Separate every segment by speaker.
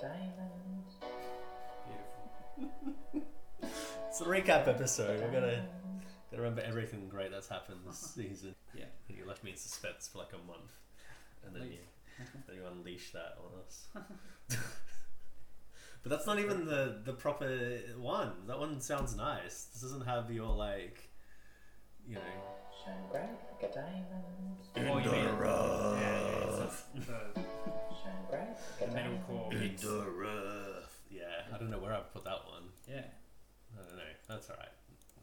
Speaker 1: diamond.
Speaker 2: Beautiful.
Speaker 3: It's a recap episode. We're gonna, gonna remember everything great that's happened this season.
Speaker 2: Yeah.
Speaker 3: And you left me in suspense for like a month, and then you, then you unleash that on us. but that's not even the the proper one. That one sounds nice. This doesn't have your like, you know.
Speaker 1: Shine bright like a diamond.
Speaker 2: Oh, you mean- Yeah, yeah, it's just the,
Speaker 1: Shine bright
Speaker 2: the
Speaker 1: like a
Speaker 2: metal
Speaker 1: diamond.
Speaker 2: core bits.
Speaker 3: Yeah, I don't know where I put that one.
Speaker 2: Yeah.
Speaker 3: I don't know. That's all right.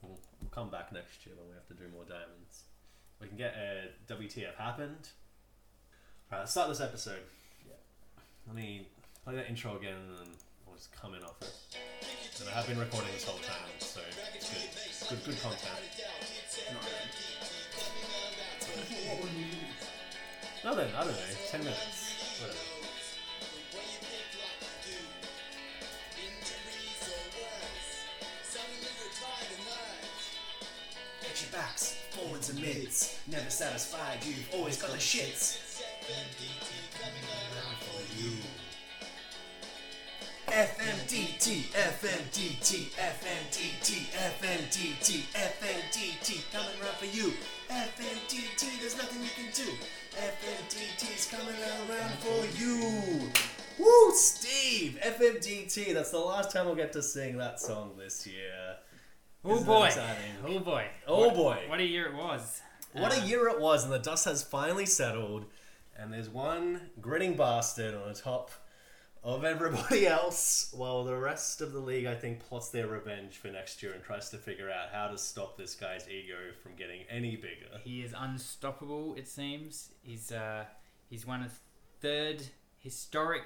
Speaker 3: We'll, we'll come back next year when we have to do more diamonds. We can get a WTF happened. Right, let's start this episode.
Speaker 2: Yeah.
Speaker 3: Let me play that intro again, and then I'll just come in off it. And I have been recording this whole time, so it's good. Good, good content.
Speaker 2: What would you do?
Speaker 3: No, then I don't know. Ten minutes. Whatever.
Speaker 4: Get your backs, forwards and mids. Never satisfied, you've always got the shits. FMDT, FMDT, FMDT, FMDT, FMDT, coming round for you. FMDT, there's nothing you can do. FMDT's coming around for you.
Speaker 3: Woo, Steve! FMDT. That's the last time we'll get to sing that song this year.
Speaker 2: Oh
Speaker 3: Isn't that
Speaker 2: boy.
Speaker 3: exciting?
Speaker 2: Oh boy.
Speaker 3: Oh,
Speaker 2: What-
Speaker 3: boy.
Speaker 2: What a year it was.
Speaker 3: What
Speaker 2: Uh,
Speaker 3: a year it was, and the dust has finally settled, and there's one grinning bastard on the top of everybody else, while the rest of the league, I think, plots their revenge for next year and tries to figure out how to stop this guy's ego from getting any bigger.
Speaker 2: He is unstoppable, it seems. He's uh, he's won a third historic,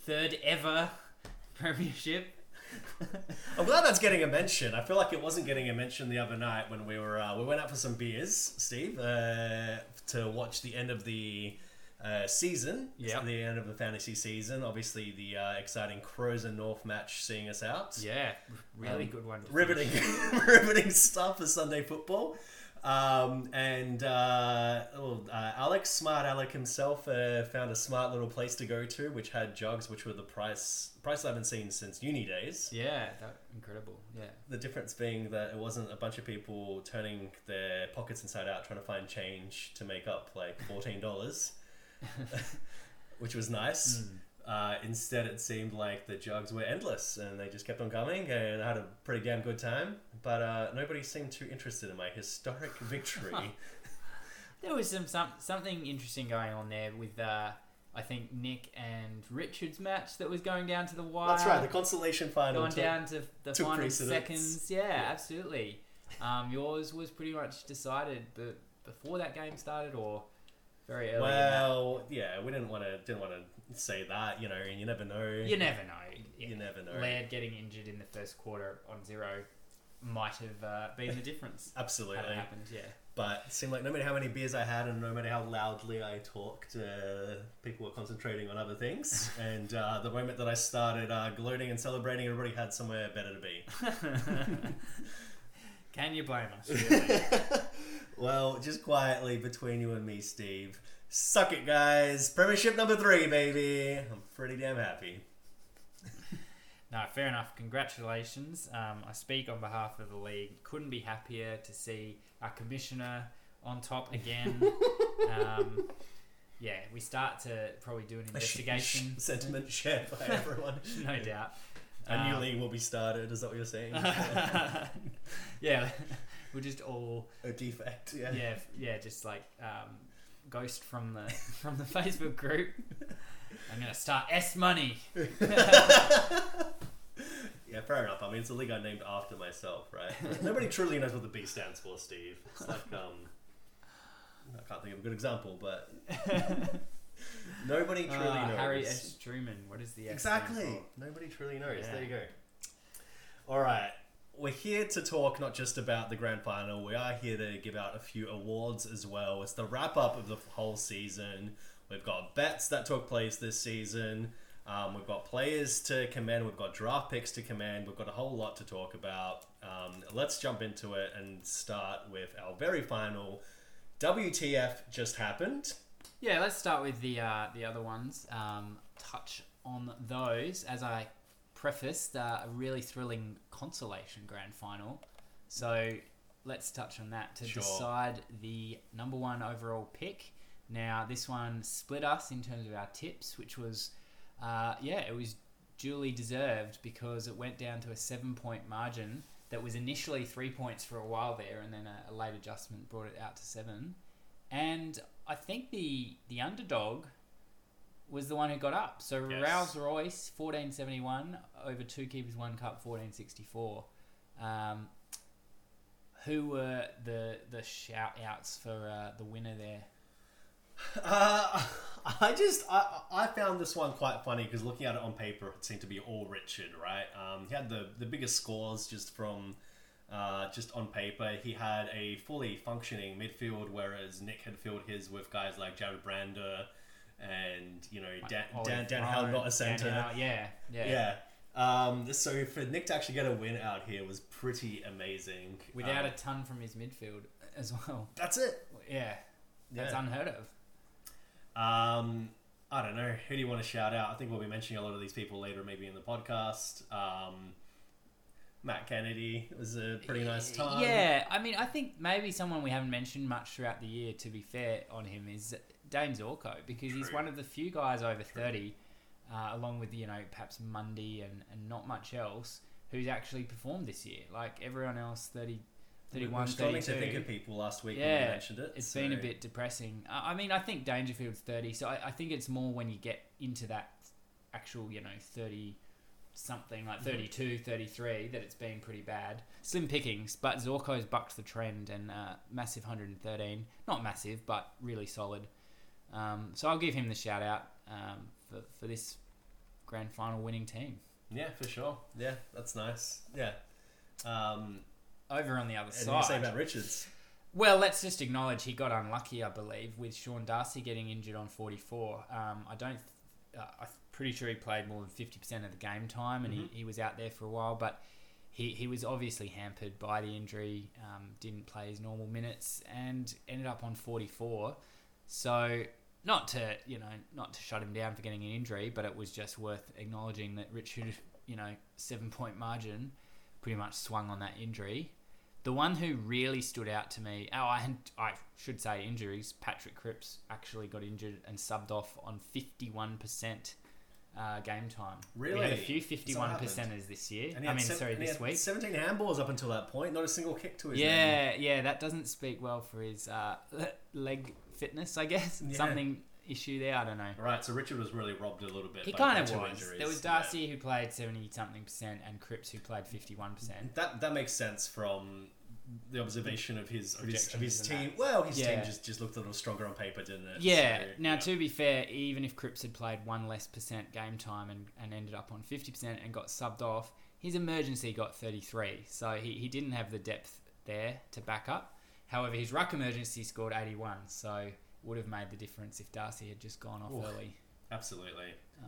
Speaker 2: third ever premiership.
Speaker 3: I'm glad that's getting a mention. I feel like it wasn't getting a mention the other night when we were uh, we went out for some beers, Steve, uh, to watch the end of the uh, season.
Speaker 2: Yep.
Speaker 3: the end of the fantasy season. Obviously, the uh, exciting Crows and North match seeing us out.
Speaker 2: yeah, really
Speaker 3: Um,
Speaker 2: good one. to finish.
Speaker 3: riveting, riveting stuff for Sunday football. Um, and uh, oh, uh, Alex, smart Alec himself, uh, found a smart little place to go to, which had jugs, which were the price price I haven't seen since uni days.
Speaker 2: Yeah, that incredible. Yeah,
Speaker 3: The difference being that it wasn't a bunch of people turning their pockets inside out trying to find change to make up like fourteen dollars, which was nice.
Speaker 2: Hmm.
Speaker 3: Uh, instead, it seemed like the jugs were endless and they just kept on coming, and I had a pretty damn good time. But uh, nobody seemed too interested in my historic victory.
Speaker 2: there was some, some something interesting going on there with uh, I think Nick and Richard's match that was going down to the wire.
Speaker 3: That's right, the consolation final.
Speaker 2: Gone
Speaker 3: took-
Speaker 2: down to the
Speaker 3: took
Speaker 2: final
Speaker 3: precedence.
Speaker 2: seconds. Yeah, absolutely. Um, yours was pretty much decided, but before that game started or very early. in that-
Speaker 3: Well, yeah, we didn't want to didn't want to say that, you know, and you never know.
Speaker 2: you never know. Yeah.
Speaker 3: You never know.
Speaker 2: Laird getting injured in the first quarter on zero might have uh, been the difference.
Speaker 3: Absolutely.
Speaker 2: had it happened, yeah.
Speaker 3: But it seemed like no matter how many beers I had and no matter how loudly I talked, uh, people were concentrating on other things. and uh, the moment that I started uh, gloating and celebrating, everybody had somewhere better to be.
Speaker 2: Can you blame us? Really?
Speaker 3: Well, just quietly between you and me, Steve. Suck it, guys. Premiership number three, baby. I'm pretty damn happy.
Speaker 2: no, fair enough. Congratulations. Um, I speak on behalf of the league. Couldn't be happier to see our commissioner on top again. um, yeah, we start to probably do an investigation,
Speaker 3: Sentiment shared by everyone.
Speaker 2: no doubt.
Speaker 3: A new
Speaker 2: Um,
Speaker 3: league will be started. Is that what you're saying?
Speaker 2: yeah, we're just all
Speaker 3: A defect, yeah.
Speaker 2: yeah, f- yeah, just like um, ghost from the from the Facebook group. I'm gonna start S money.
Speaker 3: Yeah, fair enough. I mean, it's a league I named after myself, right? Nobody truly knows what the B stands for, Steve. It's like, um, I can't think of a good example, but nobody truly
Speaker 2: Uh,
Speaker 3: knows.
Speaker 2: Harry S. Truman. What is the S stand
Speaker 3: exactly.
Speaker 2: for?
Speaker 3: Nobody truly knows.
Speaker 2: Yeah.
Speaker 3: There you go. All right. We're here to talk not just about the grand final. We are here to give out a few awards as well. It's the wrap up of the whole season. We've got bets that took place this season. Um, we've got players to commend. We've got draft picks to commend. We've got a whole lot to talk about. Um, let's jump into it and start with our very final WTF just happened.
Speaker 2: Yeah, let's start with the uh, the other ones. Um, touch on those as I prefaced uh, a really thrilling consolation grand final. So let's touch on that to
Speaker 3: Sure.
Speaker 2: decide the number one overall pick. Now this one split us in terms of our tips, which was uh, yeah, it was duly deserved because it went down to a seven point margin that was initially three points for a while there, and then a, a late adjustment brought it out to seven. And I think the the underdog was the one who got up. So
Speaker 3: Yes.
Speaker 2: Rouse Royce, fourteen seventy one over two keepers, one cup, fourteen sixty four. Um, who were the the shout outs for uh, the winner there?
Speaker 3: Uh, I just I, I found this one quite funny because looking at it on paper, it seemed to be all Richard, right? Um, he had the the biggest scores just from uh, just on paper. He had a fully functioning midfield, whereas Nick had filled his with guys like Jared Brander and you know Dan
Speaker 2: Olive
Speaker 3: Dan, Dan
Speaker 2: Rowe,
Speaker 3: Howell, not a
Speaker 2: Dan
Speaker 3: centre.
Speaker 2: Howell, yeah, yeah,
Speaker 3: yeah. Um, so for Nick to actually get a win out here was pretty amazing.
Speaker 2: Without
Speaker 3: um,
Speaker 2: a ton from his midfield as well.
Speaker 3: that's it.
Speaker 2: Yeah, that's
Speaker 3: Yeah.
Speaker 2: unheard of.
Speaker 3: Um, I don't know. Who do you want to shout out? I think we'll be mentioning a lot of these people later, maybe in the podcast. Um, Matt Kennedy was a pretty nice time.
Speaker 2: Yeah, I mean, I think maybe someone we haven't mentioned much throughout the year, to be fair on him, is James Orco because he's
Speaker 3: True.
Speaker 2: one of the few guys over 30, uh, along with, you know, perhaps Mundy and, and not much else, who's actually performed this year. Like everyone else, 30,
Speaker 3: We
Speaker 2: 31,
Speaker 3: were starting to
Speaker 2: 32.
Speaker 3: think of people last week when
Speaker 2: Yeah,
Speaker 3: we mentioned it.
Speaker 2: It's
Speaker 3: so-
Speaker 2: been a bit depressing. I I mean, I think Dangerfield's 30, so I, I think it's more when you get into that actual, you know, 30 something, like 32, 33, that it's been pretty bad. Slim pickings, but Zorko's bucked the trend and uh, massive 113. Not massive, but really solid. Um, so I'll give him the shout out um, for, for this grand final winning team.
Speaker 3: Yeah, for sure. Yeah, that's nice. Yeah. Um,
Speaker 2: Over on the other
Speaker 3: and you say
Speaker 2: side.
Speaker 3: about Richards?
Speaker 2: Well, let's just acknowledge he got unlucky, I believe, with Sean Darcy getting injured on 44. Um, I don't. Uh, I'm pretty sure he played more than 50% of the game time, and he, he was out there for a while, but he, he was obviously hampered by the injury. Um, didn't play his normal minutes and ended up on 44. So not to you know not to shut him down for getting an injury, but it was just worth acknowledging that Richard, you know, seven point margin, pretty much swung on that injury. The one who really stood out to me, oh, I, had- I should say injuries. Patrick Cripps actually got injured and subbed off on fifty-one percent uh, game time. we had a
Speaker 3: Really?
Speaker 2: few
Speaker 3: That's what
Speaker 2: fifty-one percenters this year. I
Speaker 3: And he
Speaker 2: mean,
Speaker 3: had sev-
Speaker 2: sorry,
Speaker 3: and he
Speaker 2: this
Speaker 3: had
Speaker 2: week.
Speaker 3: Seventeen handballs up until that point. Not a single kick to his. name.
Speaker 2: Yeah, yeah, that doesn't speak well for his uh, leg fitness, I guess.
Speaker 3: Yeah.
Speaker 2: Something issue there, I don't know.
Speaker 3: All right. So Richard was really robbed a little bit.
Speaker 2: He
Speaker 3: by-
Speaker 2: kind
Speaker 3: by
Speaker 2: of
Speaker 3: two
Speaker 2: was.
Speaker 3: injuries.
Speaker 2: There was
Speaker 3: Yeah.
Speaker 2: Darcy who played seventy something percent, and Cripps who played fifty-one percent.
Speaker 3: That that makes sense from the observation of his of his, of his
Speaker 2: Projections and
Speaker 3: team. Well, his
Speaker 2: Yeah.
Speaker 3: team just, just looked a little stronger on paper, didn't it?
Speaker 2: Yeah.
Speaker 3: So,
Speaker 2: now,
Speaker 3: yeah.
Speaker 2: to be fair, even if Cripps had played one less percent game time and, and ended up on fifty percent and got subbed off, his emergency got thirty-three, so he, he didn't have the depth there to back up. However, his ruck emergency scored eighty-one, so would have made the difference if Darcy had just gone off
Speaker 3: Oof.
Speaker 2: early.
Speaker 3: absolutely.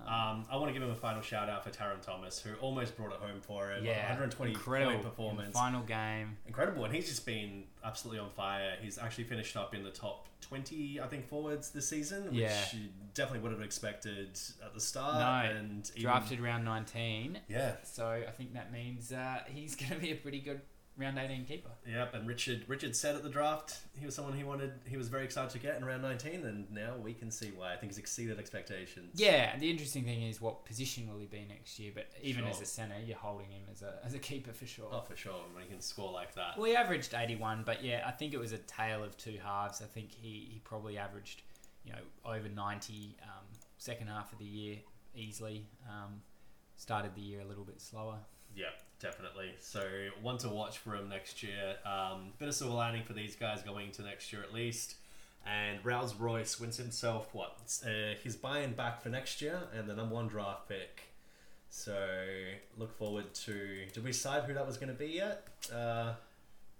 Speaker 3: Um, I want to give him a final shout out for Taron Thomas, who almost brought it home for him.
Speaker 2: Yeah,
Speaker 3: 120
Speaker 2: incredible
Speaker 3: point
Speaker 2: in the
Speaker 3: performance,
Speaker 2: final game.
Speaker 3: incredible, and he's just been absolutely on fire. He's actually finished up in the top 20, I think, forwards this season, which
Speaker 2: Yeah.
Speaker 3: you definitely would have expected at the start.
Speaker 2: No,
Speaker 3: and even-
Speaker 2: drafted round 19.
Speaker 3: Yeah,
Speaker 2: So I think that means uh, he's going to be a pretty good round 18 keeper.
Speaker 3: Yep, and Richard Richard said at the draft he was someone he wanted he was very excited to get in round nineteen, and now we can see why. I think he's exceeded expectations.
Speaker 2: Yeah, and the interesting thing is what position will he be next year, but even
Speaker 3: Sure.
Speaker 2: as a centre, you're holding him as a, as a keeper for sure.
Speaker 3: Oh, for sure. When he can score like that.
Speaker 2: Well, he averaged 81, but yeah, I think it was a tale of two halves. I think he, he probably averaged, you know, over 90 um, second half of the year easily. Um, started the year a little bit slower.
Speaker 3: Yeah, definitely. So one to watch for him next year. Um, bit of silver lining for these guys going into next year at least. And Rouse Royce wins himself what? Uh, he's buying back for next year and the number one draft pick. So look forward to. Did we decide who that was going to be yet? Uh,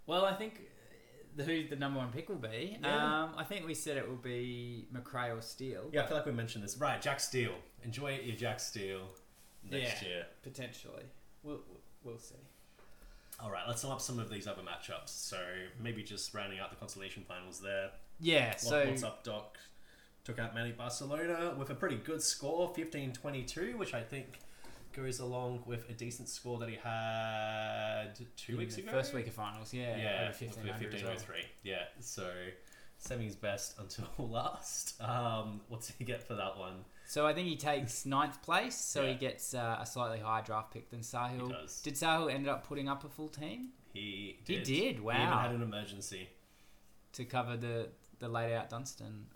Speaker 2: Well, I think uh, the, who the number one pick will be.
Speaker 3: Yeah.
Speaker 2: Um, I think we said it will be McRae or Steele.
Speaker 3: Yeah, I feel like we mentioned this. Right, Jack Steele. Enjoy your Jack Steele next
Speaker 2: Yeah.
Speaker 3: year.
Speaker 2: Potentially. We'll, we'll see.
Speaker 3: All right, let's sum up some of these other matchups. So maybe just rounding out the consolation finals there.
Speaker 2: Yeah,
Speaker 3: What,
Speaker 2: so
Speaker 3: what's up, Doc? Took out Manny Barcelona with a pretty good score, 15-22, which I think goes along with a decent score that he had two
Speaker 2: In
Speaker 3: weeks
Speaker 2: the
Speaker 3: ago.
Speaker 2: First week of finals, yeah.
Speaker 3: yeah,
Speaker 2: over 1500 as well.
Speaker 3: 1503. Yeah, so Semi's best until last. Um, what's he get for that one?
Speaker 2: So I think he takes ninth place, so
Speaker 3: Yeah.
Speaker 2: he gets uh, a slightly higher draft pick than Sahil.
Speaker 3: He does.
Speaker 2: Did Sahil end up putting up a full team
Speaker 3: He
Speaker 2: He
Speaker 3: did.
Speaker 2: did,
Speaker 3: He even
Speaker 2: wow.
Speaker 3: had an emergency.
Speaker 2: to cover the the laid out Dunstan?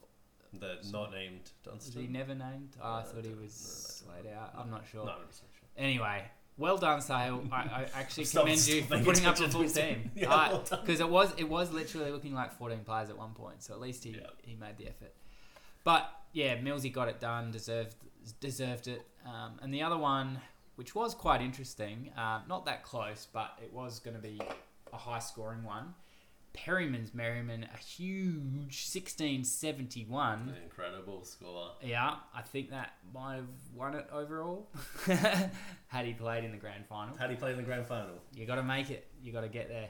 Speaker 3: The not named
Speaker 2: Was he
Speaker 3: Dunstan.
Speaker 2: never named? Oh, I
Speaker 3: No, I
Speaker 2: thought he
Speaker 3: don't-
Speaker 2: was
Speaker 3: no, I
Speaker 2: laid out. I'm not sure.
Speaker 3: No, I'm not so sure.
Speaker 2: Anyway, well done, Sahil. I, I actually
Speaker 3: Stop-
Speaker 2: commend you
Speaker 3: stop
Speaker 2: for
Speaker 3: paying
Speaker 2: putting up a
Speaker 3: attention
Speaker 2: full
Speaker 3: to me.
Speaker 2: team.
Speaker 3: Yeah, well done.
Speaker 2: Because it was it was literally looking like 14 players at one point, so at least he,
Speaker 3: Yeah.
Speaker 2: he made the effort. But yeah, Millsy got it done, deserved deserved it. Um, and the other one, which was quite interesting, um, not that close, but it was going to be a high scoring one. Perryman's Merriman, a huge 16 71.
Speaker 3: An incredible score.
Speaker 2: Yeah, I think that might have won it overall had he played in the grand final.
Speaker 3: How do you play in the grand final?
Speaker 2: You got to make it. You got to get there.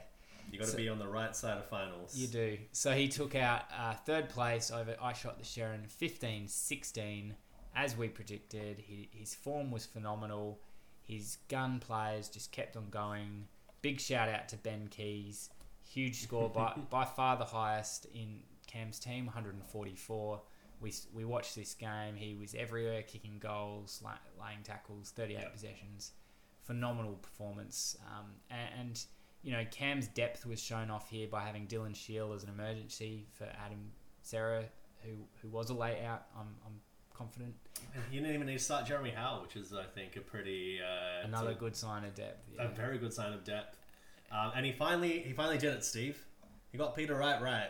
Speaker 3: You got to
Speaker 2: So-
Speaker 3: be on the right side of finals.
Speaker 2: You do. So he took out uh, third place over I Shot the Sharon 15 16. As we predicted, he, his form was phenomenal. His gun players just kept on going. Big shout out to Ben Keys. Huge score, by, by far the highest in Cam's team 144. We, s- we watched this game. He was everywhere, kicking goals, la- laying tackles, 38
Speaker 3: Yep.
Speaker 2: possessions. Phenomenal performance. Um, a- and you know, Cam's depth was shown off here by having Dylan Shield as an emergency for Adam Sarah, who who was a layout. I'm I'm confident.
Speaker 3: And You didn't even need to start Jeremy Howe, which is, I think, a pretty uh,
Speaker 2: Another
Speaker 3: it's
Speaker 2: good sign of depth.
Speaker 3: a,
Speaker 2: Yeah.
Speaker 3: a very good sign of depth. Um, and he finally, he finally did it, Steve. He got Peter Wright right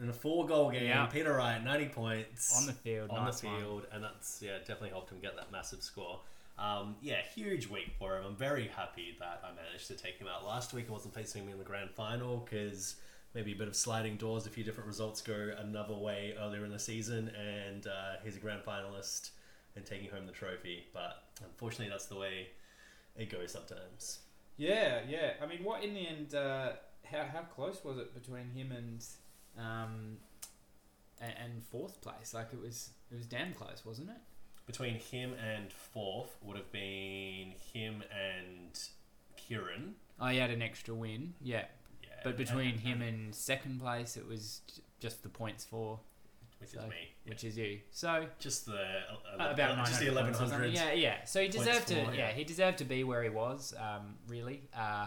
Speaker 3: in a four-goal game.
Speaker 2: Yeah.
Speaker 3: Peter Wright, ninety points
Speaker 2: on the field,
Speaker 3: on the
Speaker 2: nice one.
Speaker 3: field, and that's yeah, definitely helped him get that massive score. Um, yeah, huge week for him. I'm very happy that I managed to take him out last week. I wasn't facing him in the grand final because maybe a bit of sliding doors. A few different results go another way earlier in the season, and uh, he's a grand finalist and taking home the trophy. But unfortunately, that's the way it goes sometimes.
Speaker 2: Yeah, yeah. I mean, what in the end? Uh, how how close was it between him and um and, and fourth place? Like it was it was damn close, wasn't it?
Speaker 3: Between him and fourth would have been him and Kieran.
Speaker 2: Oh, he had an extra win. Yeah,
Speaker 3: Yeah,
Speaker 2: but between him and second place, it was j- just the points for
Speaker 3: which is
Speaker 2: so-
Speaker 3: me, yeah.
Speaker 2: which is you. So.
Speaker 3: just the
Speaker 2: Uh,
Speaker 3: uh,
Speaker 2: about
Speaker 3: just the
Speaker 2: 900 points or something.
Speaker 3: 1100
Speaker 2: Yeah, yeah. So he
Speaker 3: points
Speaker 2: deserved to.
Speaker 3: for,
Speaker 2: yeah.
Speaker 3: yeah.
Speaker 2: he deserved to be where he was. Um, really. Uh,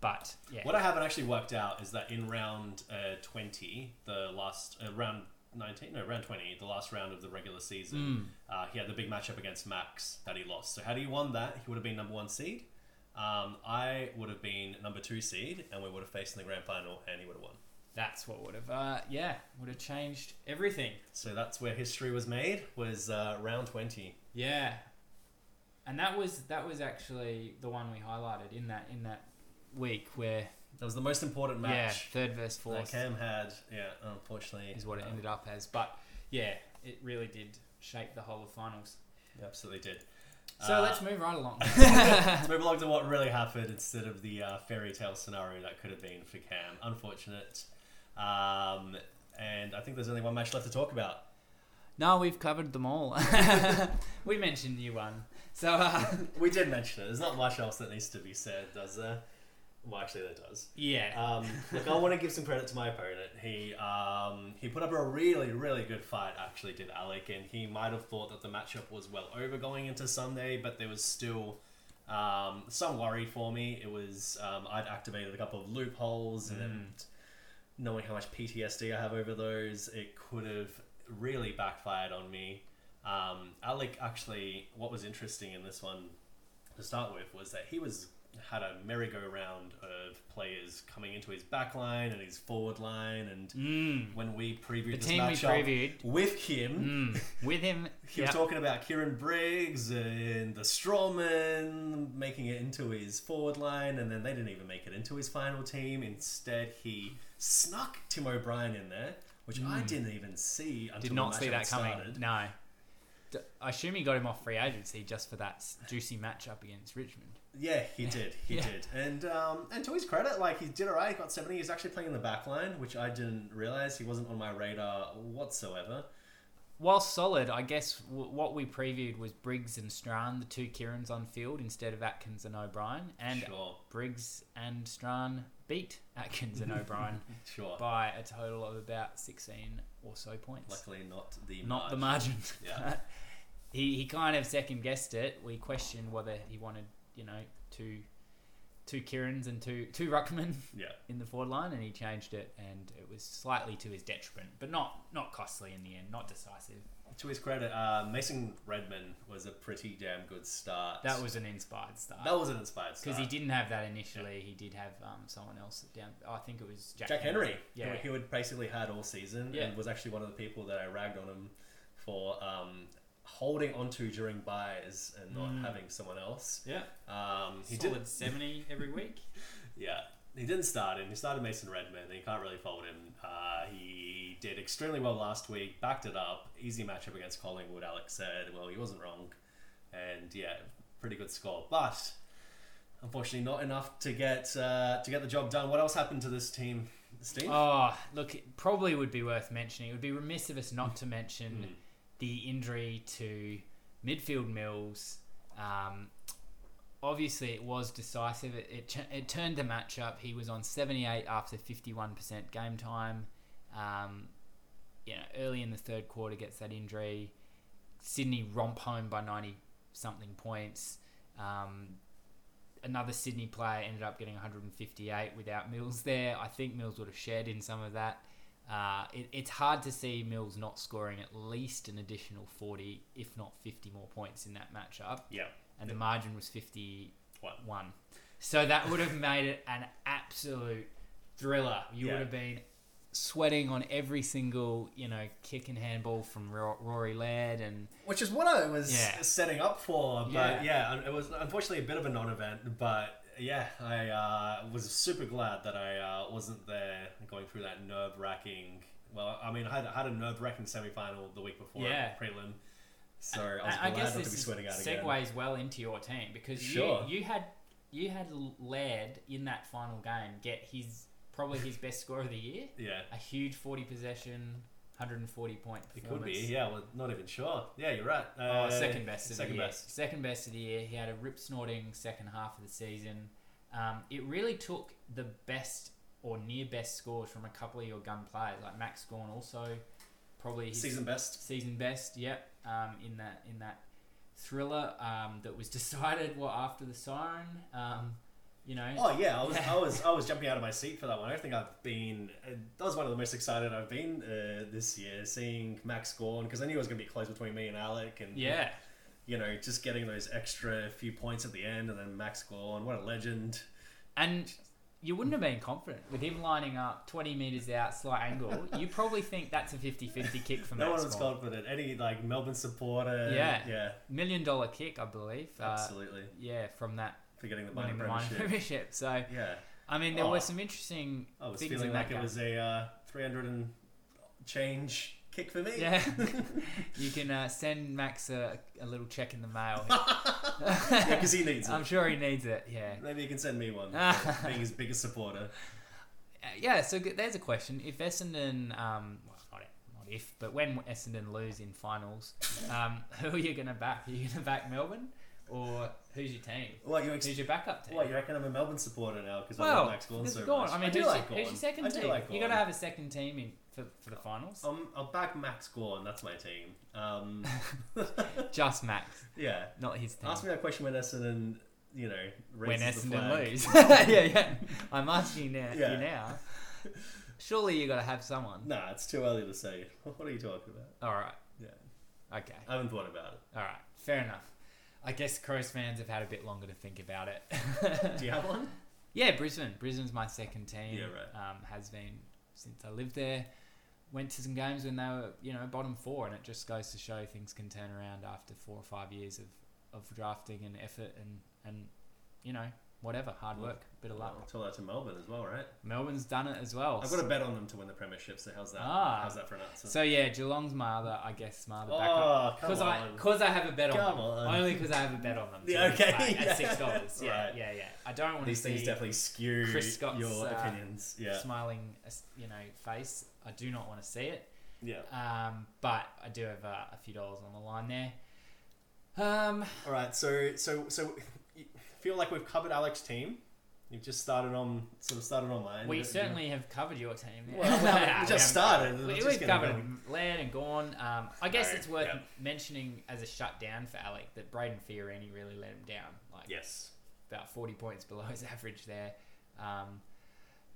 Speaker 2: but yeah,
Speaker 3: what i haven't actually worked out is that in round uh, 20 the last uh, round 19 no round 20 the last round of the regular
Speaker 2: Mm,
Speaker 3: season
Speaker 2: Hmm.
Speaker 3: uh, he had the big matchup against max that he lost so had he won that he would have been number one seed um, i would have been number two seed and we would have faced in the grand final and he would have won
Speaker 2: that's what would have. Uh, yeah, would have changed everything.
Speaker 3: so that's where history was made was uh, round 20
Speaker 2: Yeah, and that was that was actually the one we highlighted in that in that week where
Speaker 3: that was the most important match
Speaker 2: yeah third versus
Speaker 3: that
Speaker 2: fourth
Speaker 3: cam had yeah unfortunately
Speaker 2: is what it
Speaker 3: uh,
Speaker 2: ended up as. But yeah, it really did shape the whole of finals.
Speaker 3: it absolutely did
Speaker 2: So
Speaker 3: Uh,
Speaker 2: let's move right along.
Speaker 3: Let's move along to what really happened instead of the uh, fairy tale scenario that could have been for Cam. Unfortunate. Um, and I think there's only one match left to talk about.
Speaker 2: no, we've covered them all. we mentioned you one. So uh,
Speaker 3: We did mention it. There's not much else that needs to be said, does there? Well, actually, there does.
Speaker 2: yeah.
Speaker 3: Um, look, I want to give some credit to my opponent. He um, he put up a really really good fight. Actually, did Alec, and he might have thought that the matchup was well over going into Sunday, but there was still um, some worry for me. It was um, I'd activated a couple of loopholes, and
Speaker 2: Mm.
Speaker 3: knowing how much PTSD I have over those, it could have really backfired on me. Um, Alec actually, what was interesting in this one to start with was that he was had a merry-go-round of players coming into his back line and his forward line, and when we previewed
Speaker 2: The
Speaker 3: this
Speaker 2: team we
Speaker 3: matchup
Speaker 2: previewed.
Speaker 3: with him,
Speaker 2: Mm, with him.
Speaker 3: he was talking about Kieran Briggs and the Strawman making it into his forward line, and then they didn't even make it into his final team. Instead, he snuck Tim O'Brien in there, which I didn't even see until
Speaker 2: Hmm. Did
Speaker 3: the
Speaker 2: not see
Speaker 3: matchup
Speaker 2: that coming.
Speaker 3: started.
Speaker 2: No. D- I assume he got him off free agency just for that s- juicy matchup against Richmond.
Speaker 3: Yeah, he did. He
Speaker 2: Yeah.
Speaker 3: did. And um, and to his credit, like he did alright. He got seventy. He's actually playing in the back line, which I didn't realize. He wasn't on my radar whatsoever.
Speaker 2: while solid, I guess w- what we previewed was Briggs and Strand, the two Kirans on field instead of Atkins and O'Brien, and
Speaker 3: sure,
Speaker 2: Briggs and Strand beat Atkins and O'Brien
Speaker 3: sure.
Speaker 2: by a total of about 16 or so points.
Speaker 3: Luckily, not the
Speaker 2: Not the
Speaker 3: margin.
Speaker 2: margin.
Speaker 3: Yeah.
Speaker 2: he he kind of second guessed it. We questioned whether he wanted, you know, two two Kirans and two two Ruckman
Speaker 3: Yeah.
Speaker 2: in the forward line and he changed it and it was slightly to his detriment, but not not costly in the end, not decisive.
Speaker 3: To his credit, uh, Mason Redman was a pretty damn good start.
Speaker 2: That was an inspired start.
Speaker 3: that was an inspired start
Speaker 2: because he didn't have that initially. He did have um, someone else down. I think it was Jack,
Speaker 3: Jack Henry,
Speaker 2: Yeah.
Speaker 3: who, who had basically had all season
Speaker 2: Yeah.
Speaker 3: and was actually one of the people that I ragged on him for um, holding onto during buys and not having someone else.
Speaker 2: Mm. Yeah,
Speaker 3: Um, he
Speaker 2: he solid
Speaker 3: did,
Speaker 2: seventy every week.
Speaker 3: yeah. He didn't start him. He started Mason Redmond, and you can't really fold him. Uh, he did extremely well last week, backed it up. Easy matchup against Collingwood, Alex said. Well, he wasn't wrong. And yeah, pretty good score. But unfortunately, not enough to get uh, to get the job done. What else happened to this team, Steve?
Speaker 2: Oh, look, it probably would be worth mentioning. It would be remiss of us not to mention the injury to midfield Mills. Um, obviously, it was decisive. It, it, ch- it turned the match up. He was on 78 after 51% game time. Um, you know, early in the third quarter, gets that injury. Sydney romp home by 90 something points. Um, another Sydney player ended up getting 158 without Mills there. I think Mills would have shared in some of that. Uh, it, it's hard to see Mills not scoring at least an additional 40, if not 50 more points in that matchup.
Speaker 3: Yeah.
Speaker 2: And the margin was 51.
Speaker 3: What?
Speaker 2: So that would have made it an absolute thriller. You
Speaker 3: Yeah.
Speaker 2: would have been sweating on every single, you know, kick and handball from Ro- Rory Laird and
Speaker 3: Which is what I was
Speaker 2: Yeah.
Speaker 3: setting up for,
Speaker 2: Yeah.
Speaker 3: but yeah. un- it was unfortunately a bit of a non-event. But yeah, I uh, was super glad that I uh, wasn't there going through that nerve-wracking. Well, I mean, I had, I had a nerve-wracking semi-final the week before
Speaker 2: Yeah.
Speaker 3: prelim, so I, was
Speaker 2: I, I
Speaker 3: glad
Speaker 2: guess
Speaker 3: not
Speaker 2: this
Speaker 3: to be
Speaker 2: is-
Speaker 3: sweating out again.
Speaker 2: segues well into your team because
Speaker 3: Sure.
Speaker 2: you, you had you had Laird in that final game get his probably his best score of the year,
Speaker 3: Yeah,
Speaker 2: a huge forty possession, hundred and forty point
Speaker 3: it
Speaker 2: performance.
Speaker 3: could be. Yeah, well, not even sure. Yeah, you're right.
Speaker 2: Oh,
Speaker 3: Uh,
Speaker 2: second best of
Speaker 3: second
Speaker 2: the year.
Speaker 3: best.
Speaker 2: Second best of the year. He had a rip snorting second half of the season. Um, it really took the best or near best scores from a couple of your gun players, like Max Gorn, also probably his
Speaker 3: Season best.
Speaker 2: season best. Yep, um, in that in that thriller um, that was decided well after the siren. Um, you know,
Speaker 3: Oh yeah, I was,
Speaker 2: Yeah.
Speaker 3: I was I was jumping out of my seat for that one. I don't think I've been. Uh, that was one of the most excited I've been uh, this year, seeing Max Gorn because I knew it was going to be close between me and Alec, and
Speaker 2: yeah,
Speaker 3: you know, just getting those extra few points at the end, and then Max Gorn, what a legend!
Speaker 2: and you wouldn't have been confident with him lining up twenty meters out, slight angle. You probably think that's a 50-50 kick from
Speaker 3: No
Speaker 2: that
Speaker 3: one was
Speaker 2: score.
Speaker 3: confident. Any like Melbourne supporter,
Speaker 2: Yeah.
Speaker 3: yeah,
Speaker 2: Million dollar kick, I believe. Uh,
Speaker 3: absolutely.
Speaker 2: yeah, from that
Speaker 3: Forgetting the minor
Speaker 2: winning the minor
Speaker 3: premiership.
Speaker 2: premiership. So
Speaker 3: Yeah,
Speaker 2: I mean, there
Speaker 3: Oh.
Speaker 2: were some interesting
Speaker 3: I was
Speaker 2: things
Speaker 3: feeling
Speaker 2: in that
Speaker 3: like it
Speaker 2: game.
Speaker 3: was a uh, three hundred and change kick for me.
Speaker 2: Yeah, you can uh, send Max a, a little check in the mail.
Speaker 3: because he needs it.
Speaker 2: I'm sure he needs it. Yeah.
Speaker 3: Maybe you can send me one.
Speaker 2: Ah.
Speaker 3: for being his biggest supporter.
Speaker 2: Uh, yeah. So g- there's a question. If Essendon, um, well, not if- not if, but when Essendon lose in finals, um, who are you going to back? Are you going to back Melbourne, or who's your team?
Speaker 3: What you
Speaker 2: Who's your backup team?
Speaker 3: What you reckon I'm a Melbourne supporter now because I
Speaker 2: well,
Speaker 3: love Max Gorn
Speaker 2: it's
Speaker 3: so
Speaker 2: Gorn.
Speaker 3: much?
Speaker 2: I mean,
Speaker 3: do
Speaker 2: who's,
Speaker 3: like
Speaker 2: your,
Speaker 3: Gorn.
Speaker 2: who's your second
Speaker 3: I do
Speaker 2: team?
Speaker 3: like Gorn.
Speaker 2: you got to have a second team in for, for the finals.
Speaker 3: Um, I'll back Max Gorn. That's my team. Um,
Speaker 2: Just Max,
Speaker 3: yeah.
Speaker 2: not his team.
Speaker 3: Ask me that question when Essendon, you know,
Speaker 2: when
Speaker 3: raises the
Speaker 2: Essendon
Speaker 3: flag.
Speaker 2: lose. yeah, yeah. I'm asking now,
Speaker 3: Yeah.
Speaker 2: you now. Surely you got to have someone.
Speaker 3: Nah, it's too early to say. What are you talking about?
Speaker 2: All right.
Speaker 3: Yeah,
Speaker 2: Okay.
Speaker 3: I haven't thought about it.
Speaker 2: All right. Fair enough. I guess Crows fans have had a bit longer to think about it.
Speaker 3: Do you have one?
Speaker 2: yeah, Brisbane. Brisbane's my second team.
Speaker 3: Yeah, right.
Speaker 2: Um, has been since I lived there. Went to some games when they were, you know, bottom four, and it just goes to show things can turn around after four or five years of, of drafting and effort and, and, you know, whatever, hard work, bit of
Speaker 3: Well,
Speaker 2: luck.
Speaker 3: tell that to Melbourne as well, right?
Speaker 2: Melbourne's done it as well.
Speaker 3: I've got a bet on them to win the premiership. So how's that?
Speaker 2: Ah.
Speaker 3: How's that for an answer?
Speaker 2: So yeah, Geelong's my other, I guess, my other backup.
Speaker 3: oh, come
Speaker 2: Because
Speaker 3: on.
Speaker 2: I, cause I have a bet on
Speaker 3: Come
Speaker 2: them.
Speaker 3: on.
Speaker 2: Only because I have a bet on them.
Speaker 3: Yeah, okay,
Speaker 2: Like,
Speaker 3: yeah.
Speaker 2: At six dollars. Yeah,
Speaker 3: Right.
Speaker 2: yeah, yeah. I don't want to
Speaker 3: These
Speaker 2: see
Speaker 3: things definitely skew
Speaker 2: Chris Scott's,
Speaker 3: your
Speaker 2: uh,
Speaker 3: opinions. Yeah.
Speaker 2: smiling, uh, you know, face. I do not want to see it.
Speaker 3: Yeah.
Speaker 2: Um, but I do have uh, a few dollars on the line there. Um,
Speaker 3: All right. So so so, you feel like we've covered Alex's team. You've just started on sort of started on mine.
Speaker 2: we
Speaker 3: You-
Speaker 2: certainly have covered your team. there.
Speaker 3: Well,
Speaker 2: No,
Speaker 3: we
Speaker 2: we haven't.
Speaker 3: just started.
Speaker 2: We,
Speaker 3: We're
Speaker 2: have
Speaker 3: just getting
Speaker 2: covered
Speaker 3: going.
Speaker 2: land and gone. Um, I guess
Speaker 3: No,
Speaker 2: it's worth
Speaker 3: yeah.
Speaker 2: mentioning as a shutdown for Alec that Braden Fiorini really let him down. Like
Speaker 3: Yes.
Speaker 2: about 40 points below his average there. Um,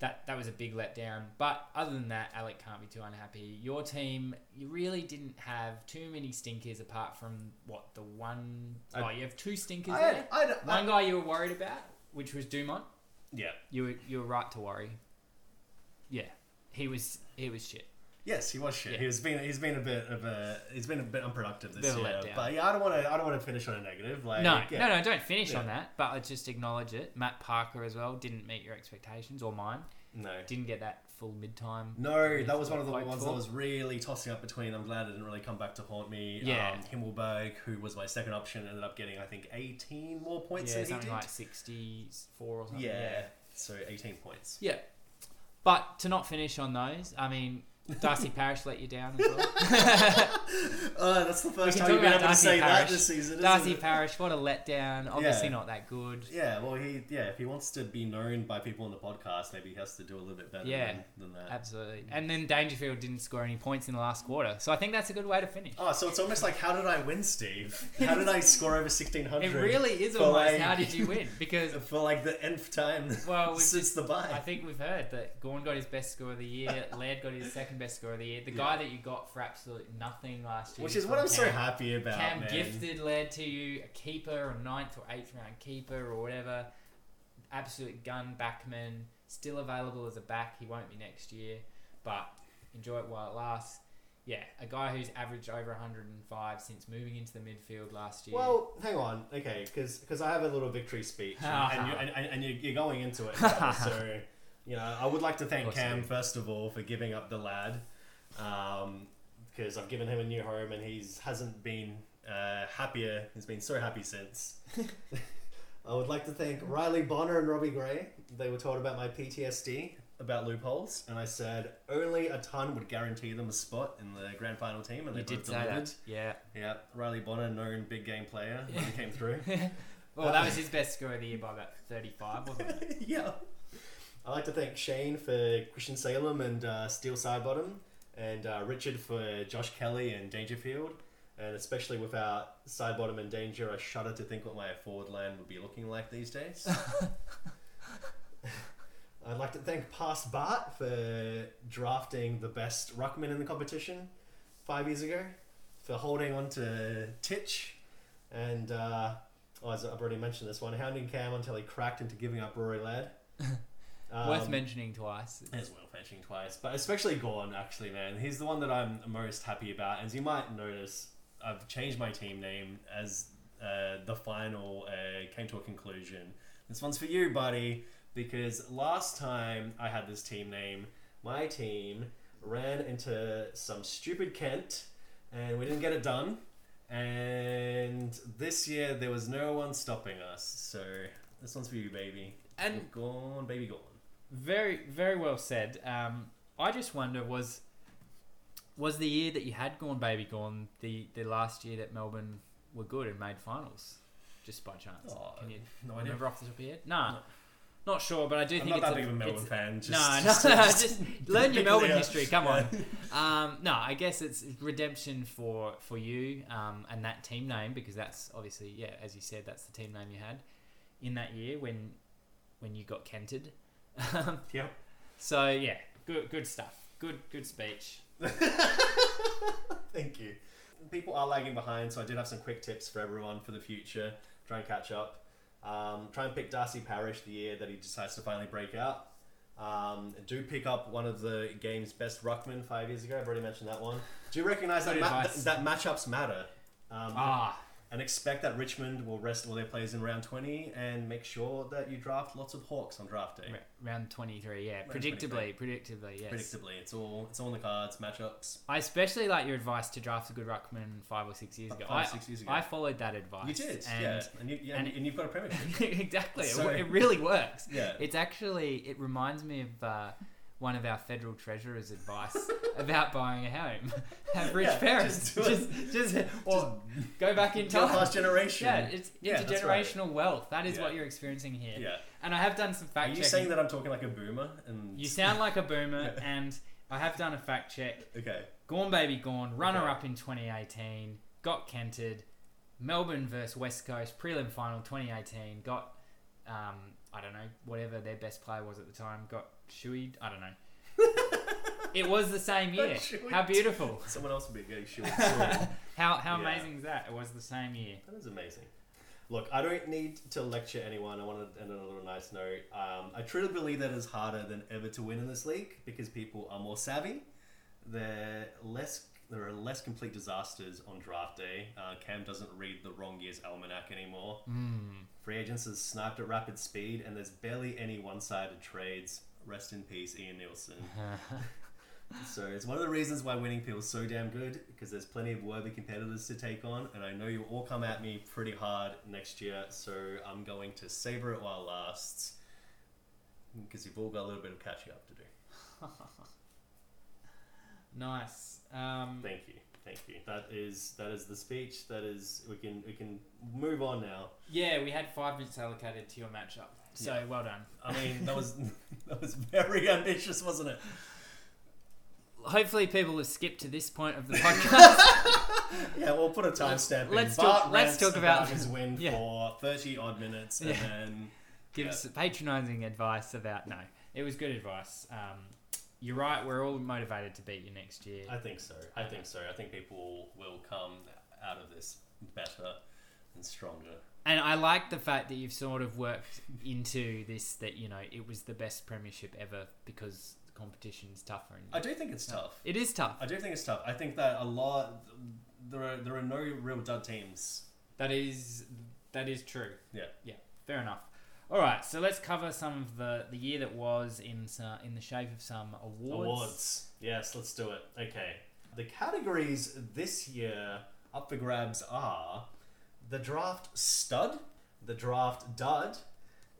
Speaker 2: that that was a big letdown. But other than that, Alec can't be too unhappy. Your team, you really didn't have too many stinkers apart from what the one oh
Speaker 3: I-
Speaker 2: you have two stinkers
Speaker 3: I
Speaker 2: there.
Speaker 3: had, I had,
Speaker 2: one
Speaker 3: I,
Speaker 2: guy you were worried about, which was Dumont.
Speaker 3: yeah.
Speaker 2: You were you were right to worry. Yeah, he was he was shit.
Speaker 3: Yes, he was shit.
Speaker 2: Yeah.
Speaker 3: He's been he's been a bit of a he's been a bit unproductive this
Speaker 2: Bit of a
Speaker 3: year.
Speaker 2: letdown.
Speaker 3: But yeah, I don't want to I don't want to finish on a negative. Like
Speaker 2: No,
Speaker 3: Uh, yeah.
Speaker 2: no, no, don't finish on
Speaker 3: Yeah.
Speaker 2: that. But I just acknowledge it. Matt Parker as well didn't meet your expectations or mine.
Speaker 3: no.
Speaker 2: Didn't get that full mid time.
Speaker 3: No, that was one of the
Speaker 2: Like
Speaker 3: ones
Speaker 2: four?
Speaker 3: that was really tossing up between. I'm glad it didn't really come back to haunt me.
Speaker 2: Yeah.
Speaker 3: Um, Himmelberg, who was my second option, ended up getting I think 18 more points
Speaker 2: Yeah,
Speaker 3: than he
Speaker 2: something
Speaker 3: did.
Speaker 2: like sixty-four or something.
Speaker 3: yeah.
Speaker 2: yeah,
Speaker 3: so 18 points.
Speaker 2: Yeah. But to not finish on those, I mean, Darcy Parish let you down as well.
Speaker 3: Uh, that's the first time
Speaker 2: can talk
Speaker 3: you've been
Speaker 2: about
Speaker 3: able to
Speaker 2: Darcy
Speaker 3: say
Speaker 2: Parish.
Speaker 3: that this season. isn't
Speaker 2: Darcy
Speaker 3: it?
Speaker 2: Parish, what a letdown. Obviously
Speaker 3: uh, Yeah.
Speaker 2: not that good.
Speaker 3: Yeah, well, he yeah, if he wants to be known by people in the podcast, maybe he has to do a little bit better
Speaker 2: Yeah.
Speaker 3: than, than that.
Speaker 2: Absolutely. And then Dangerfield didn't score any points in the last quarter. So I think that's a good way to finish.
Speaker 3: Oh, so it's almost like how did I win, Steve? How did I score over sixteen
Speaker 2: It
Speaker 3: hundred?
Speaker 2: really is
Speaker 3: for
Speaker 2: almost
Speaker 3: like-
Speaker 2: how did you win? Because
Speaker 3: for like the nth time
Speaker 2: Well, we've
Speaker 3: since the bye.
Speaker 2: I think we've heard that Gorn got his best score of the year, Laird got his second best score of the year. The guy that you got for absolutely nothing last year.
Speaker 3: Which is
Speaker 2: from
Speaker 3: what I'm so
Speaker 2: Cam-
Speaker 3: happy about,
Speaker 2: Cam
Speaker 3: man.
Speaker 2: gifted led to you a keeper, a ninth or eighth round keeper, or whatever. Absolute gun backman, still available as a back. He won't be next year, but enjoy it while it lasts. Yeah, a guy who's averaged over 105 since moving into the midfield last year.
Speaker 3: Well, hang on, okay, because I have a little victory speech, and, and, you, and, and you're, you're going into it, now, so you know I would like to thank
Speaker 2: Of course you
Speaker 3: Cam
Speaker 2: do.
Speaker 3: first of all for giving up the lad, because I've given him a new home, and he's hasn't been uh, happier. He's been so happy since. I would like to thank Riley Bonner and Robbie Gray. They were told about my PTSD about loopholes, and I said only a ton would guarantee them a spot in the grand final team, and they
Speaker 2: you
Speaker 3: both
Speaker 2: did say
Speaker 3: delivered.
Speaker 2: that. Yeah.
Speaker 3: Yeah, Riley Bonner, known big game player, when he came through.
Speaker 2: Well, that was his best score of the year by about 35, wasn't it?
Speaker 3: yeah. I'd like to thank Shane for Christian Salem and uh, Steel Sidebottom, and uh, Richard for Josh Kelly and Dangerfield. And especially without Sidebottom and Danger, I shudder to think what my forward line would be looking like these days. I'd like to thank Past Bart for drafting the best ruckman in the competition five years ago, for holding on to Titch, and uh, oh, as I've already mentioned this one, hounding Cam until he cracked into giving up Rory Ladd. Um,
Speaker 2: Worth mentioning twice.
Speaker 3: as well fetching twice, but especially Gorn, actually, man. He's the one that I'm most happy about. As you might notice, I've changed my team name as uh, the final uh, came to a conclusion. This one's for you, buddy, because last time I had this team name, my team ran into some stupid Kent and we didn't get it done. And this year there was no one stopping us, so this one's for you, baby.
Speaker 2: And-
Speaker 3: Gorn, baby Gorn.
Speaker 2: Very, very well said. Um, I just wonder was was the year that you had gone baby gone the, the last year that Melbourne were good and made finals, just by chance?
Speaker 3: Oh,
Speaker 2: Can you
Speaker 3: no idea.
Speaker 2: remember off the top of your head? Nah, not sure, but I do
Speaker 3: I'm
Speaker 2: think
Speaker 3: not
Speaker 2: it's
Speaker 3: that big of a Melbourne
Speaker 2: it's-
Speaker 3: fan. Just,
Speaker 2: no, no,
Speaker 3: just,
Speaker 2: no,
Speaker 3: just-
Speaker 2: just learn your
Speaker 3: Yeah.
Speaker 2: Melbourne history. Come on. Um, no, I guess it's redemption for for you um, and that team name because that's obviously yeah, as you said, that's the team name you had in that year when when you got kented. Um,
Speaker 3: Yep.
Speaker 2: so yeah, good good stuff. Good good speech.
Speaker 3: Thank you. People are lagging behind, so I did have some quick tips for everyone for the future. Try and catch up. Um, try and pick Darcy Parish the year that he decides to finally break out. Um, do pick up one of the game's best ruckman five years ago. I've already mentioned that one. Do you recognise that,
Speaker 2: Good
Speaker 3: ma-
Speaker 2: advice.
Speaker 3: that matchups matter? Um,
Speaker 2: Ah,
Speaker 3: and expect that Richmond will rest all their players in round 20 and make sure that you draft lots of Hawks on draft day.
Speaker 2: r- round twenty three. Yeah,
Speaker 3: Round
Speaker 2: predictably, predictably. Yes.
Speaker 3: Predictably, it's all it's all in the cards, matchups.
Speaker 2: I especially like your advice to draft a good ruckman five or six years ago.
Speaker 3: Five or
Speaker 2: I,
Speaker 3: six years ago.
Speaker 2: I followed that advice.
Speaker 3: You did,
Speaker 2: and
Speaker 3: yeah, and, you, yeah, and,
Speaker 2: and-
Speaker 3: you've got a premiership.
Speaker 2: exactly. It,
Speaker 3: So-
Speaker 2: it really works.
Speaker 3: Yeah.
Speaker 2: It's actually, it reminds me of uh, one of our federal treasurer's advice about buying a home. Have rich
Speaker 3: Yeah,
Speaker 2: parents.
Speaker 3: just do
Speaker 2: Just, just, or go back in
Speaker 3: Till
Speaker 2: time.
Speaker 3: last generation.
Speaker 2: Yeah, it's
Speaker 3: Yeah, that's right.
Speaker 2: intergenerational wealth. That is
Speaker 3: Yeah.
Speaker 2: what you're experiencing here.
Speaker 3: Yeah.
Speaker 2: And I have done some
Speaker 3: Are
Speaker 2: fact
Speaker 3: you
Speaker 2: checking.
Speaker 3: saying that I'm talking like a boomer? And
Speaker 2: You sound like a boomer,
Speaker 3: Yeah.
Speaker 2: and I have done a fact check.
Speaker 3: okay.
Speaker 2: Gone Baby Gone, runner
Speaker 3: Okay.
Speaker 2: up in 2018, got Kented. Melbourne versus West Coast, prelim final 2018, got, um, I don't know, whatever their best player was at the time, got Shuey, I don't know. it was the same year.
Speaker 3: Shuey.
Speaker 2: How beautiful.
Speaker 3: Someone else would be getting shielded. soon.
Speaker 2: How, how
Speaker 3: Yeah.
Speaker 2: amazing is that? It was the same year.
Speaker 3: That is amazing. Look, I don't need to lecture anyone. I want to end on a little nice note. Um, I truly believe that it's harder than ever to win in this league because people are more savvy. They're less. There are less complete disasters on draft day. Uh, Cam doesn't read the wrong year's almanac anymore. Free agents is sniped at rapid speed, and there's barely any one-sided trades. Rest in peace, Ian Nielsen. So it's one of the reasons why winning feels so damn good because there's plenty of worthy competitors to take on, and I know you'll all come at me pretty hard next year. So I'm going to savor it while it lasts because you've all got a little bit of catching up to do.
Speaker 2: Nice. Um,
Speaker 3: Thank you, thank you. That is that is the speech. That is we can we can move on now.
Speaker 2: yeah, we had five minutes allocated to your matchup, so well done.
Speaker 3: I mean that was that was very ambitious, wasn't it?
Speaker 2: Hopefully, people have skipped to this point of the podcast.
Speaker 3: Yeah, we'll put a timestamp. in.
Speaker 2: Let's
Speaker 3: Bart
Speaker 2: talk- let's
Speaker 3: rants
Speaker 2: talk about-
Speaker 3: his win
Speaker 2: Yeah.
Speaker 3: for thirty odd minutes, and
Speaker 2: Yeah.
Speaker 3: then
Speaker 2: Give
Speaker 3: Yeah.
Speaker 2: us patronising advice about no. It was good advice. Um, you're right. We're all motivated to beat you next year.
Speaker 3: I think so. I think so. I think people will come out of this better and stronger.
Speaker 2: And I like the fact that you've sort of worked into this that you know it was the best premiership ever because the competition's tougher.
Speaker 3: I
Speaker 2: And
Speaker 3: do think it's tough.
Speaker 2: it is tough.
Speaker 3: I do think it's tough. I think that a lot there are there are no real dud teams.
Speaker 2: That is that is true.
Speaker 3: Yeah.
Speaker 2: Yeah. Fair enough. All right. So let's cover some of the the year that was in some, in the shape of some awards.
Speaker 3: Awards. Yes, let's do it. Okay. The categories this year up for grabs are the draft stud, the draft dud,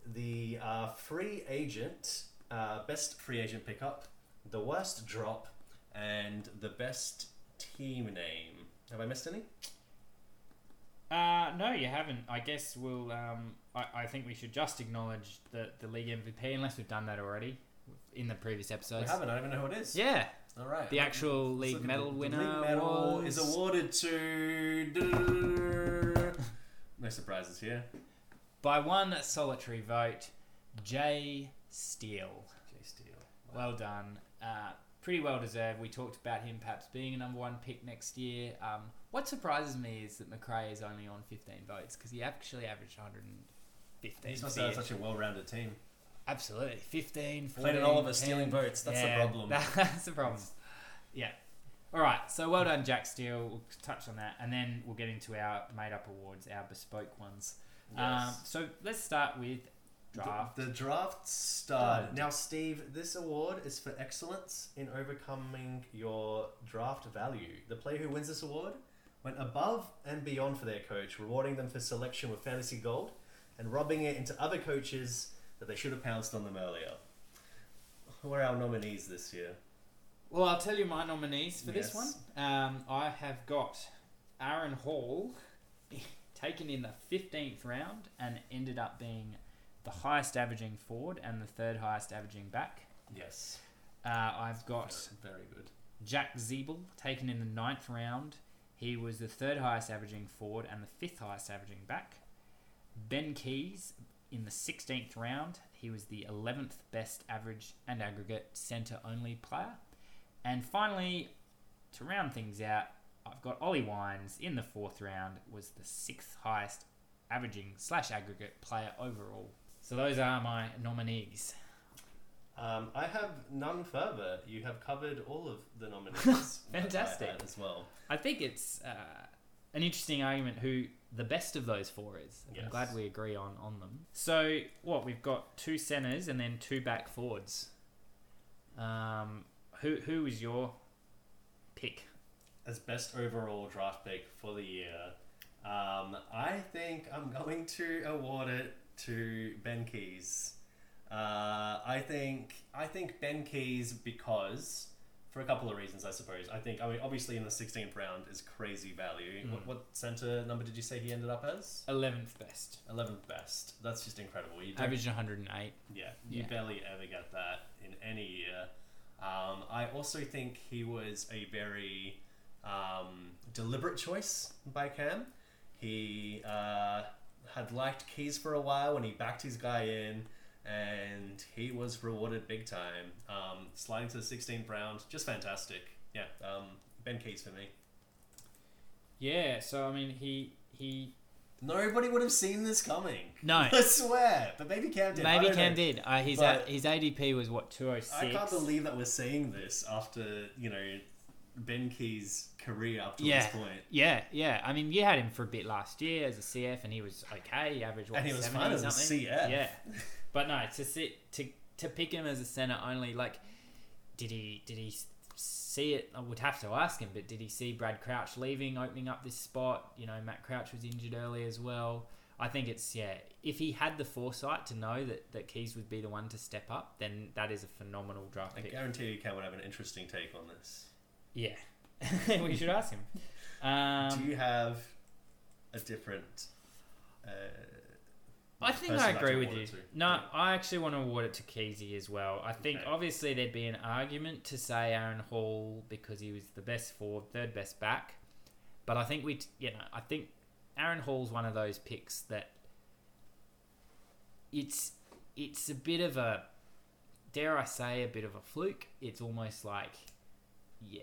Speaker 3: the uh, free agent, uh, best free agent pickup, the worst drop, and the best team name. Have I missed any?
Speaker 2: Uh, no, you haven't. I guess we'll. Um, I, I think we should just acknowledge the the league MVP, unless we've done that already in the previous
Speaker 3: I
Speaker 2: episodes.
Speaker 3: haven't. I don't even know who it is.
Speaker 2: Yeah,
Speaker 3: All right.
Speaker 2: the actual
Speaker 3: Let's look
Speaker 2: league
Speaker 3: at
Speaker 2: medal
Speaker 3: the- the
Speaker 2: winner
Speaker 3: league medal
Speaker 2: was
Speaker 3: is awarded to. No surprises here.
Speaker 2: by one solitary vote, Jay Steele.
Speaker 3: Jay Steele.
Speaker 2: Well done. Uh, pretty well deserved. We talked about him perhaps being a number one pick next year. Um, what surprises me is that McRae is only on 15 votes because he actually averaged 115.
Speaker 3: He's
Speaker 2: this
Speaker 3: must
Speaker 2: year.
Speaker 3: have such a well-rounded team.
Speaker 2: Absolutely. 15, 14.
Speaker 3: Playing all of us
Speaker 2: 10.
Speaker 3: stealing votes. That's the
Speaker 2: Yeah,
Speaker 3: problem.
Speaker 2: That's the problem. Yeah. All right. So well done, Jack Steele. We'll touch on that. And then we'll get into our made up awards, our bespoke ones. Um,
Speaker 3: Yes.
Speaker 2: so let's start with draft.
Speaker 3: The, the draft stud.
Speaker 2: Stud.
Speaker 3: Now, Steve, this award is for excellence in overcoming your draft value. The player who wins this award went above and beyond for their coach, rewarding them for selection with fantasy gold and robbing it into other coaches that they should have pounced on them earlier. Who are our nominees this year?
Speaker 2: Well, I'll tell you my nominees for this one.
Speaker 3: Yes.
Speaker 2: Um, I have got Aaron Hall, taken in the 15th round and ended up being the highest averaging forward and the third highest averaging back.
Speaker 3: Yes.
Speaker 2: Uh, I've got
Speaker 3: Very good.
Speaker 2: Jack Zeeble, taken in the ninth round. He was the third highest averaging forward and the fifth highest averaging back. Ben Keys, in the 16th round, he was the 11th best average and aggregate centre only player. And finally, to round things out, I've got Ollie Wines in the fourth round, was the sixth highest averaging slash aggregate player overall. So those are my nominees.
Speaker 3: Um, I have none further. You have covered all of the nominees. that I
Speaker 2: Fantastic.
Speaker 3: had As well.
Speaker 2: I think it's uh, an interesting argument who the best of those four is. I'm
Speaker 3: Yes.
Speaker 2: glad we agree on, on them. So, what, we've got two centres and then two back forwards. Um, who, who was your pick?
Speaker 3: as best overall draft pick for the year, um, I think I'm going to award it to Ben Keys. Uh, Uh, I think I think Ben Keys because for a couple of reasons, I suppose. I think I mean obviously in the 16th round is crazy value. What, what center number did you say he ended up as?
Speaker 2: 11th best.
Speaker 3: 11th best. That's just incredible. You don't-
Speaker 2: Averaged 108.
Speaker 3: yeah, you
Speaker 2: Yeah.
Speaker 3: barely ever get that in any year. Um, I also think he was a very um, deliberate choice by Cam. He uh, had liked Keys for a while when he backed his guy in, and he was rewarded big time. Um, sliding to the 16th round, just fantastic. Yeah, um, Ben Keys for me.
Speaker 2: Yeah, so I mean, he he
Speaker 3: Nobody would have seen this coming.
Speaker 2: No.
Speaker 3: I swear. But maybe Cam did. I
Speaker 2: maybe
Speaker 3: don't
Speaker 2: Cam
Speaker 3: know.
Speaker 2: did. Uh, his a,
Speaker 3: But-
Speaker 2: his ADP was what 206.
Speaker 3: I can't believe that we're saying this after you know Ben Key's career up to
Speaker 2: Yeah,
Speaker 3: this point,
Speaker 2: yeah, yeah. I mean, you had him for a bit last year as a CF, and he was okay. He averaged what
Speaker 3: and he was
Speaker 2: 70
Speaker 3: fine as a
Speaker 2: something.
Speaker 3: CF.
Speaker 2: Yeah, but no, to sit to to pick him as a center only, like, did he did he s- see it? I would have to ask him, but did he see Brad Crouch leaving, opening up this spot? You know, Matt Crouch was injured early as well. I think it's yeah. If he had the foresight to know that that Keys would be the one to step up, then that is a phenomenal draft
Speaker 3: I
Speaker 2: pick.
Speaker 3: guarantee you, Cam would have an interesting take on this.
Speaker 2: Yeah, we should ask him. Um,
Speaker 3: Do you have a different? Uh,
Speaker 2: I think
Speaker 3: person
Speaker 2: I
Speaker 3: you'd like
Speaker 2: agree
Speaker 3: to
Speaker 2: with
Speaker 3: award
Speaker 2: you.
Speaker 3: it to?
Speaker 2: No,
Speaker 3: Yeah.
Speaker 2: I actually want to award it to Keezy as well. I think
Speaker 3: Okay.
Speaker 2: obviously there'd be an argument to say Aaron Hall because he was the best forward, third best back, but I think we, t- you know, I think Aaron Hall's one of those picks that it's it's a bit of a dare I say a bit of a fluke. It's almost like yeah,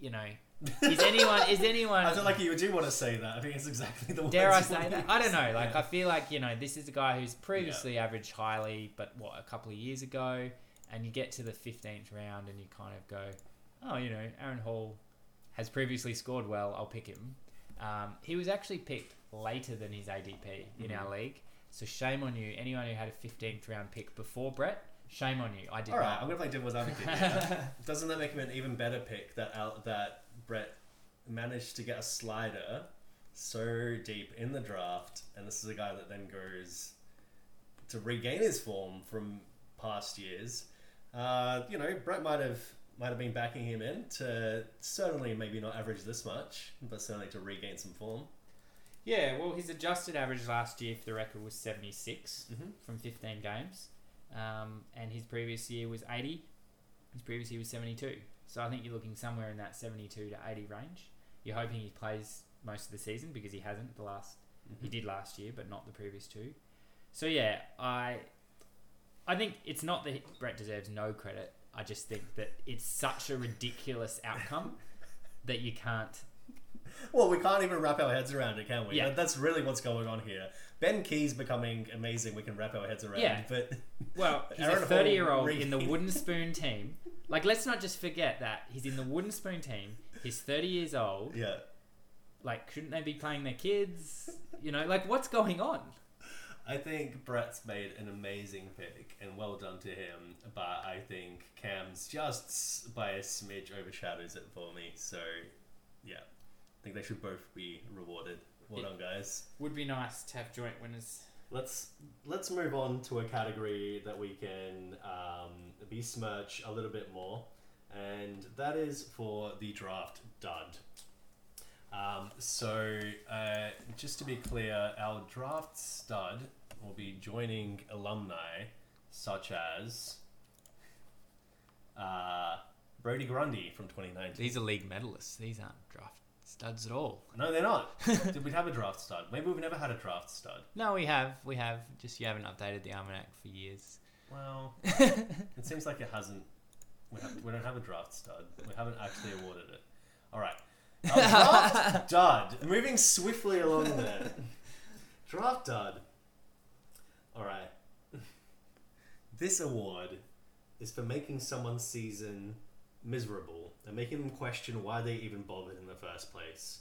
Speaker 2: you know, is anyone is anyone
Speaker 3: I feel like you do want to say that. I think it's exactly the words.
Speaker 2: Dare I
Speaker 3: you
Speaker 2: say
Speaker 3: want
Speaker 2: that?
Speaker 3: to
Speaker 2: I don't know. Like,
Speaker 3: Yeah.
Speaker 2: I feel like, you know, this is a guy who's previously averaged highly, but what, a couple of years ago, and you get to the 15th round and you kind of go, oh, you know, Aaron Hall has previously scored well, I'll pick him. Um, he was actually picked later than his ADP in
Speaker 3: Mm-hmm.
Speaker 2: our league. So shame on you. Anyone who had a 15th round pick before Brett, shame on you. I did
Speaker 3: All right,
Speaker 2: not.
Speaker 3: I'm gonna play devil's advocate. here. Doesn't that make him an even better pick that Al- that Brett managed to get a slider so deep in the draft, and this is a guy that then goes to regain his form from past years. Uh, you know, Brett might have might have been backing him in to certainly maybe not average this much, but certainly to regain some form.
Speaker 2: Yeah, well, his adjusted average last year for the record was 76 from 15 games, um, and his previous year was 80. His previous year was 72. So I think you're looking somewhere in that 72 to 80 range. You're hoping he plays most of the season because he hasn't the last. He did last year, but not the previous two. So yeah, I, I think it's not that Brett deserves no credit. I just think that it's such a ridiculous outcome that you can't
Speaker 3: Well, we can't even wrap our heads around it, can we?
Speaker 2: Yeah.
Speaker 3: That- That's really what's going on here. Ben Key's becoming amazing. We can wrap our heads around,
Speaker 2: Yeah.
Speaker 3: but
Speaker 2: Well, he's
Speaker 3: Aaron
Speaker 2: a
Speaker 3: Hall
Speaker 2: 30 year old in the
Speaker 3: ringing.
Speaker 2: Wooden Spoon team. Like, let's not just forget that he's in the Wooden Spoon team. He's 30 years old.
Speaker 3: yeah.
Speaker 2: Like, shouldn't they be playing their kids? You know, like, what's going on?
Speaker 3: I think Brett's made an amazing pick, and well done to him. But I think Cam's just s- by a smidge overshadows it for me. So, yeah, I think they should both be rewarded. Well
Speaker 2: Yeah.
Speaker 3: done, guys.
Speaker 2: Would be nice to have joint winners.
Speaker 3: Let's let's move on to a category that we can um, besmirch a little bit more, and that is for the draft dud. Um, so, uh, just to be clear, our draft stud will be joining alumni such as uh, Brody Grundy from 2019.
Speaker 2: These are league medalists. These aren't draft studs at all.
Speaker 3: No, they're not. Did we have a draft stud? Maybe we've never had a draft stud.
Speaker 2: No, we have. We have. Just you haven't updated the almanac for years.
Speaker 3: Well, it seems like it hasn't. We, ha- we don't have a draft stud. We haven't actually awarded it. All right. Our draft dud. Moving swiftly along there. Draft dud. All right. This award is for making someone's season miserable and making them question why they even bothered in the first place.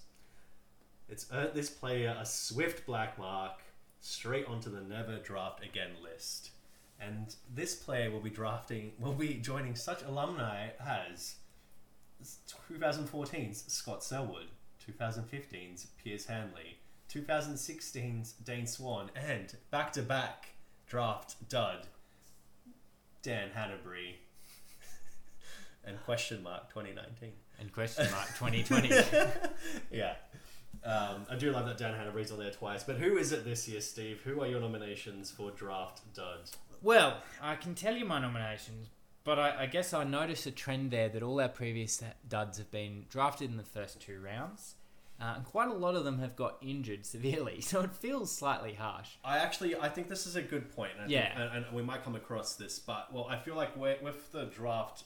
Speaker 3: It's earned this player a swift black mark straight onto the never draft again list. And this player will be drafting, will be joining such alumni as 2014's Scott Selwood, 2015's Piers Hanley, 2016's Dane Swan, and back to back draft dud Dan Hanbury, and question mark 2019.
Speaker 2: And question mark 2020.
Speaker 3: Yeah. Um, I do love that Dan Hanbury's on there twice, but who is it this year, Steve? Who are your nominations for Draft Dud?
Speaker 2: well, I can tell you my nominations, but I, I guess I noticed a trend there that all our previous duds have been drafted in the first two rounds. Uh, and quite a lot of them have got injured severely, so it feels slightly harsh.
Speaker 3: I actually, I think this is a good point. And I
Speaker 2: Yeah.
Speaker 3: think- and, and we might come across this, but well, I feel like we're, with the draft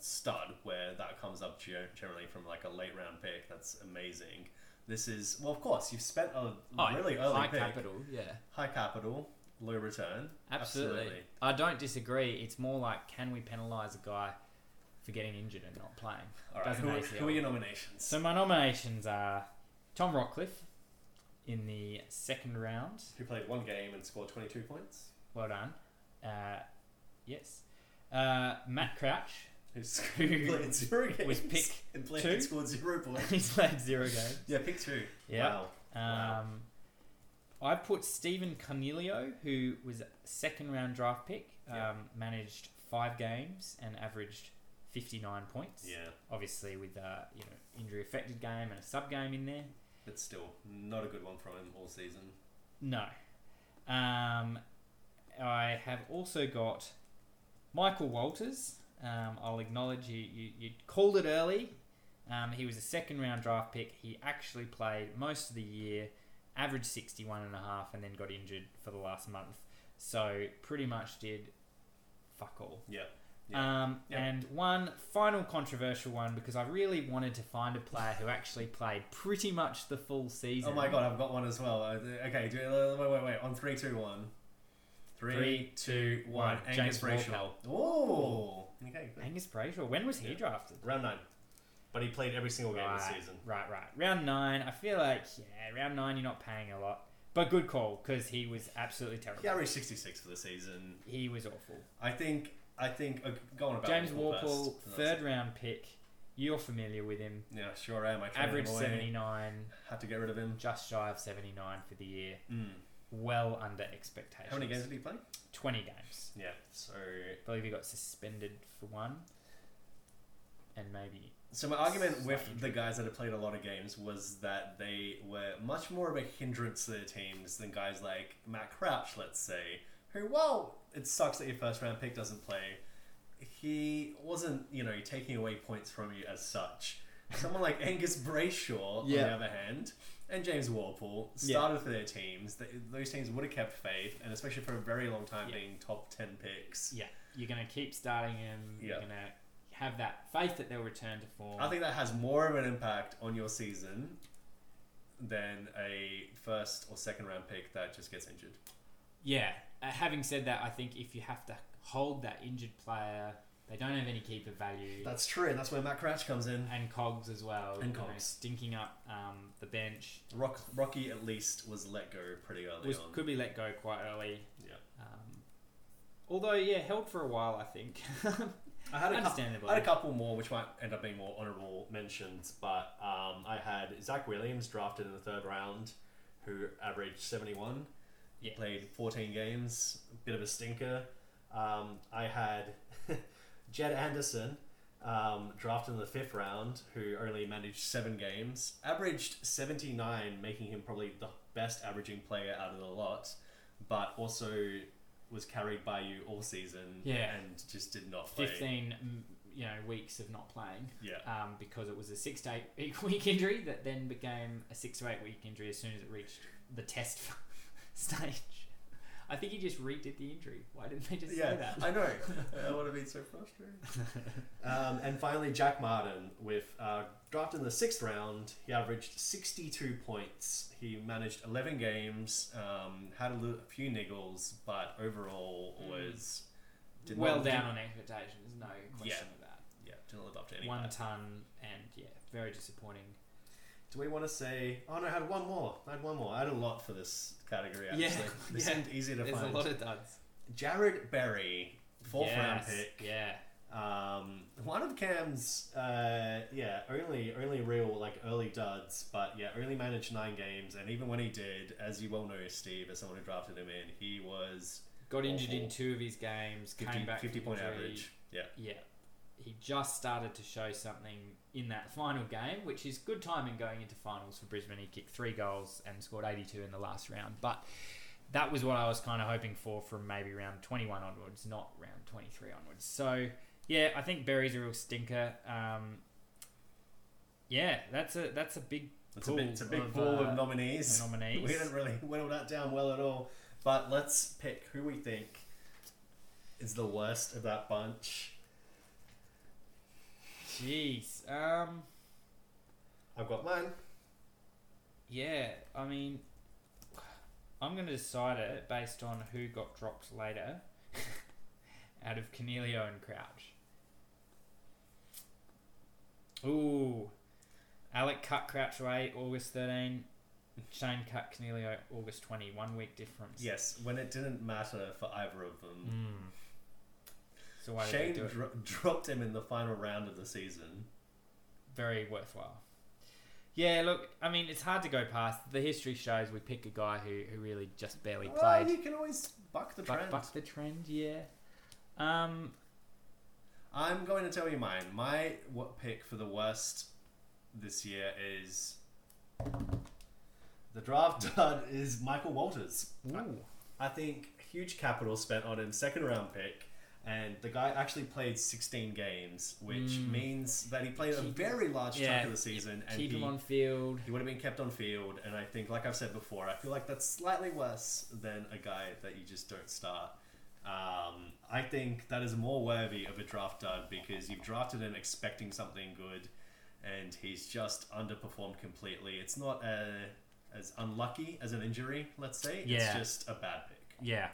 Speaker 3: stud, where that comes up ge- generally from like a late round pick, that's amazing. This is well, of course, you've spent a Oh, really early
Speaker 2: Oh, high
Speaker 3: pick,
Speaker 2: capital, yeah.
Speaker 3: high capital, low return.
Speaker 2: Absolutely. I don't disagree. It's more like can we penalise a guy for getting injured and not playing?
Speaker 3: All right,
Speaker 2: Doesn't
Speaker 3: who, are-
Speaker 2: ACL.
Speaker 3: who are your nominations?
Speaker 2: So my nominations are Tom Rockcliffe in the second round.
Speaker 3: who played one game and scored twenty two points?
Speaker 2: Well done. Uh, yes. Uh, Matt Crouch.
Speaker 3: Who's
Speaker 2: Who
Speaker 3: played zero games?
Speaker 2: was pick
Speaker 3: and played
Speaker 2: two?
Speaker 3: and scored zero points.
Speaker 2: He's played zero games.
Speaker 3: yeah, pick two.
Speaker 2: Yeah.
Speaker 3: Wow. Wow.
Speaker 2: Um, I put Stephen Cornelio, who was a second round draft pick, um,
Speaker 3: Yeah.
Speaker 2: managed five games and averaged 59 points.
Speaker 3: Yeah,
Speaker 2: Obviously, with a you know, injury affected game and a sub game in there.
Speaker 3: but still not a good one from him all season.
Speaker 2: No. Um, I have also got Michael Walters. Um, I'll acknowledge you, you, you called it early. Um, he was a second round draft pick. He actually played most of the year, averaged 61 and a half, and then got injured for the last month. So pretty much did fuck all.
Speaker 3: Yeah.
Speaker 2: Um,
Speaker 3: Yeah.
Speaker 2: And one final controversial one because I really wanted to find a player who actually played pretty much the full season.
Speaker 3: Oh my god, I've got one as well. Uh, Okay, do, uh, wait, wait, wait. On three, two, one. Three,
Speaker 2: Three,
Speaker 3: two, one.
Speaker 2: one.
Speaker 3: Angus
Speaker 2: James
Speaker 3: Brayshaw. Oh. Okay. good.
Speaker 2: Angus Brayshaw. When was he
Speaker 3: Yeah.
Speaker 2: drafted?
Speaker 3: Round nine. But he played every single game this
Speaker 2: Right,
Speaker 3: season.
Speaker 2: right, right. Round nine. I feel like yeah, round nine. You're not paying a lot, but good call because he was absolutely terrible.
Speaker 3: He averaged sixty-six for the season.
Speaker 2: He was awful.
Speaker 3: I think. I think. Uh, go on about
Speaker 2: James
Speaker 3: Walpole
Speaker 2: Warple,
Speaker 3: first.
Speaker 2: third round pick. You're familiar with him.
Speaker 3: Yeah, sure am. I traded
Speaker 2: Average
Speaker 3: him away.
Speaker 2: 79,
Speaker 3: Had to get rid of him.
Speaker 2: just shy of 79 for the year.
Speaker 3: Mm.
Speaker 2: Well under expectations.
Speaker 3: How many games did he play?
Speaker 2: 20 games.
Speaker 3: Yeah. So.
Speaker 2: I believe he got suspended for one, and maybe
Speaker 3: So my argument with
Speaker 2: Slightly
Speaker 3: the guys that have played a lot of games was that they were much more of a hindrance to their teams than guys like Matt Crouch, let's say, who while it sucks that your first round pick doesn't play, he wasn't you know taking away points from you as such. Someone like Angus Brayshaw, on
Speaker 2: Yeah.
Speaker 3: the other hand, and James Walpole
Speaker 2: Yeah.
Speaker 3: started for their teams. Th those teams would have kept faith, and especially for a very long time,
Speaker 2: Yeah.
Speaker 3: being top ten picks.
Speaker 2: yeah, you're gonna keep starting him. You're
Speaker 3: Yeah.
Speaker 2: gonna have that faith that they'll return to form.
Speaker 3: I think that has more of an impact on your season than a first or second round pick that just gets injured.
Speaker 2: Yeah. Uh, having said that, I think if you have to hold that injured player, they don't have any keeper value.
Speaker 3: That's true, and that's where Matt Crouch comes in.
Speaker 2: and cogs as well.
Speaker 3: And
Speaker 2: you know,
Speaker 3: Cogs.
Speaker 2: stinking up um, the bench.
Speaker 3: Rock, Rocky at least was let go pretty early
Speaker 2: Was,
Speaker 3: on.
Speaker 2: could be let go quite early.
Speaker 3: Yeah.
Speaker 2: Um, although, yeah, held for a while, I think.
Speaker 3: I had a couple,
Speaker 2: Understandably.
Speaker 3: I had a couple more, which might end up being more honourable mentions, but um, I had Zach Williams drafted in the third round, who averaged seventy one. He
Speaker 2: Yeah.
Speaker 3: played fourteen games, a bit of a stinker. Um, I had Jed Anderson um, drafted in the fifth round, who only managed seven games, averaged seventy nine, making him probably the best averaging player out of the lot, but also. Was carried by you all season,
Speaker 2: Yeah.
Speaker 3: and just did not play.
Speaker 2: 15 m- mm, you know, weeks of not playing
Speaker 3: Yeah.
Speaker 2: um, because it was a six to eight week injury that then became a six to eight week injury as soon as it reached the test stage. I think he just redid the injury. Why didn't they just say that?
Speaker 3: I know. I would have been so frustrated. um, and finally, Jack Martin, with uh, drafted in the sixth round, he averaged 62 points. He managed 11 games, um, had a, li- a few niggles, but overall was did
Speaker 2: Hmm. well
Speaker 3: not,
Speaker 2: down on expectations, no question
Speaker 3: Yeah.
Speaker 2: of that.
Speaker 3: yeah, didn't live up to any.
Speaker 2: One
Speaker 3: hype.
Speaker 2: ton and yeah, very disappointing.
Speaker 3: Do we want to say? Oh no, I had one more. I had one more. I had a lot for this category. Actually.
Speaker 2: Yeah,
Speaker 3: this
Speaker 2: yeah.
Speaker 3: seemed easier to
Speaker 2: There's
Speaker 3: find.
Speaker 2: a lot of duds.
Speaker 3: Jared Berry, fourth round pick.
Speaker 2: Yeah.
Speaker 3: Um, one of Cam's, uh, yeah, only only real like early duds, but yeah, only managed nine games, and even when he did, as you well know, Steve, as someone who drafted him in, he was
Speaker 2: Got injured in
Speaker 3: Awful.
Speaker 2: two of his games.
Speaker 3: 50,
Speaker 2: came back
Speaker 3: 50
Speaker 2: from
Speaker 3: point
Speaker 2: injury.
Speaker 3: average. Yeah.
Speaker 2: Yeah, he just started to show something in that final game, which is good timing going into finals for Brisbane. He kicked three goals and scored 82 in the last round, but that was what I was kind of hoping for from maybe round 21 onwards, not round 23 onwards. So yeah, I think Berry's a real stinker. Um, yeah, that's a that's a big
Speaker 3: It's
Speaker 2: pool
Speaker 3: a big, it's a big
Speaker 2: of,
Speaker 3: pool
Speaker 2: uh,
Speaker 3: of nominees.
Speaker 2: nominees.
Speaker 3: We didn't really whittle that down well at all. But let's pick who we think is the worst of that bunch.
Speaker 2: Jeez. Um,
Speaker 3: I've got mine.
Speaker 2: yeah, I mean, I'm going to decide it based on who got dropped later out of Cornelio and Crouch. Ooh. Alec cut Crouch away August 13. Shane cut Cornelio August 20. One week difference.
Speaker 3: Yes, when it didn't matter for either of them.
Speaker 2: Mm. So why
Speaker 3: Shane
Speaker 2: did they do it?
Speaker 3: dro- dropped him in the final round of the season.
Speaker 2: very worthwhile. Yeah, look, I mean, it's hard to go past. The history shows we pick a guy who, who really just barely
Speaker 3: Well,
Speaker 2: played.
Speaker 3: you can always buck the
Speaker 2: buck,
Speaker 3: trend.
Speaker 2: buck the trend, yeah. Um,
Speaker 3: I'm going to tell you mine. My what pick for the worst this year is the draft dud is Michael Walters.
Speaker 2: ooh,
Speaker 3: I think huge capital spent on him, second round pick, and the guy actually played 16 games, which
Speaker 2: Mm.
Speaker 3: means that he played a
Speaker 2: Keep-
Speaker 3: very large
Speaker 2: yeah,
Speaker 3: chunk of the season, and
Speaker 2: keep
Speaker 3: he,
Speaker 2: him on field.
Speaker 3: he would have been kept on field. And I think, like I've said before, I feel like that's slightly worse than a guy that you just don't start. Um, I think that is more worthy of a draft dud because you've drafted him expecting something good, and he's just underperformed completely. It's not a, as unlucky as an injury, let's say.
Speaker 2: Yeah.
Speaker 3: It's just a bad pick.
Speaker 2: Yeah.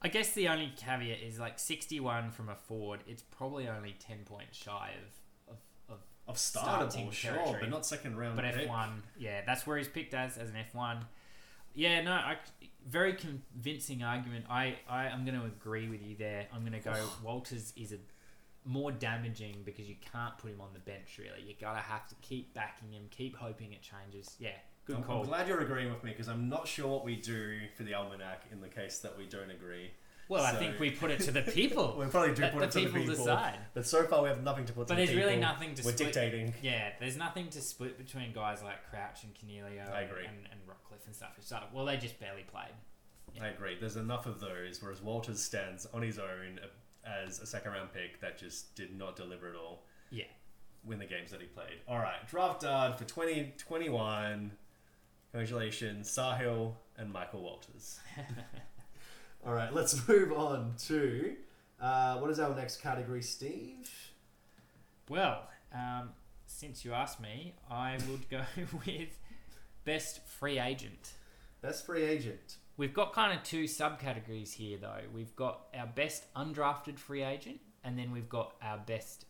Speaker 2: I guess the only caveat is like 61 from a forward, it's probably only 10 points shy of, of, of
Speaker 3: of
Speaker 2: starting
Speaker 3: startable, sure,
Speaker 2: territory.
Speaker 3: but not second round.
Speaker 2: But
Speaker 3: pick.
Speaker 2: F one, yeah, that's where he's picked as as an F one. Yeah, no, I, very convincing argument. I I am going to agree with you there. I'm going to go. Walters is a more damaging because you can't put him on the bench. Really, you gotta have to keep backing him, keep hoping it changes. Yeah, good
Speaker 3: I'm,
Speaker 2: call.
Speaker 3: I'm glad you're agreeing with me because I'm not sure what we do for the almanac in the case that we don't agree.
Speaker 2: well, I
Speaker 3: so-
Speaker 2: think we put it to the people.
Speaker 3: We probably do
Speaker 2: Let
Speaker 3: put
Speaker 2: the
Speaker 3: it to the
Speaker 2: people
Speaker 3: people,
Speaker 2: decide.
Speaker 3: but so far we have nothing to put.
Speaker 2: But
Speaker 3: to the
Speaker 2: there's really
Speaker 3: people.
Speaker 2: nothing to
Speaker 3: We're
Speaker 2: split-
Speaker 3: dictating.
Speaker 2: Yeah, there's nothing to split between guys like Crouch and Canelio
Speaker 3: I agree.
Speaker 2: and and Rockcliffe and stuff. It's like, well, they just barely played.
Speaker 3: I agree. There's enough of those, whereas Walters stands on his own as a second round pick that just did not deliver at all.
Speaker 2: Yeah.
Speaker 3: win the games that he played. All right, draft dud for 2021. Congratulations, Sahil and Michael Walters. All right, let's move on to uh, what is our next category, Steve?
Speaker 2: Well, um, since you asked me, I would go with best free agent.
Speaker 3: Best free agent.
Speaker 2: We've got kind of two subcategories here, though. We've got our best undrafted free agent, and then we've got our best,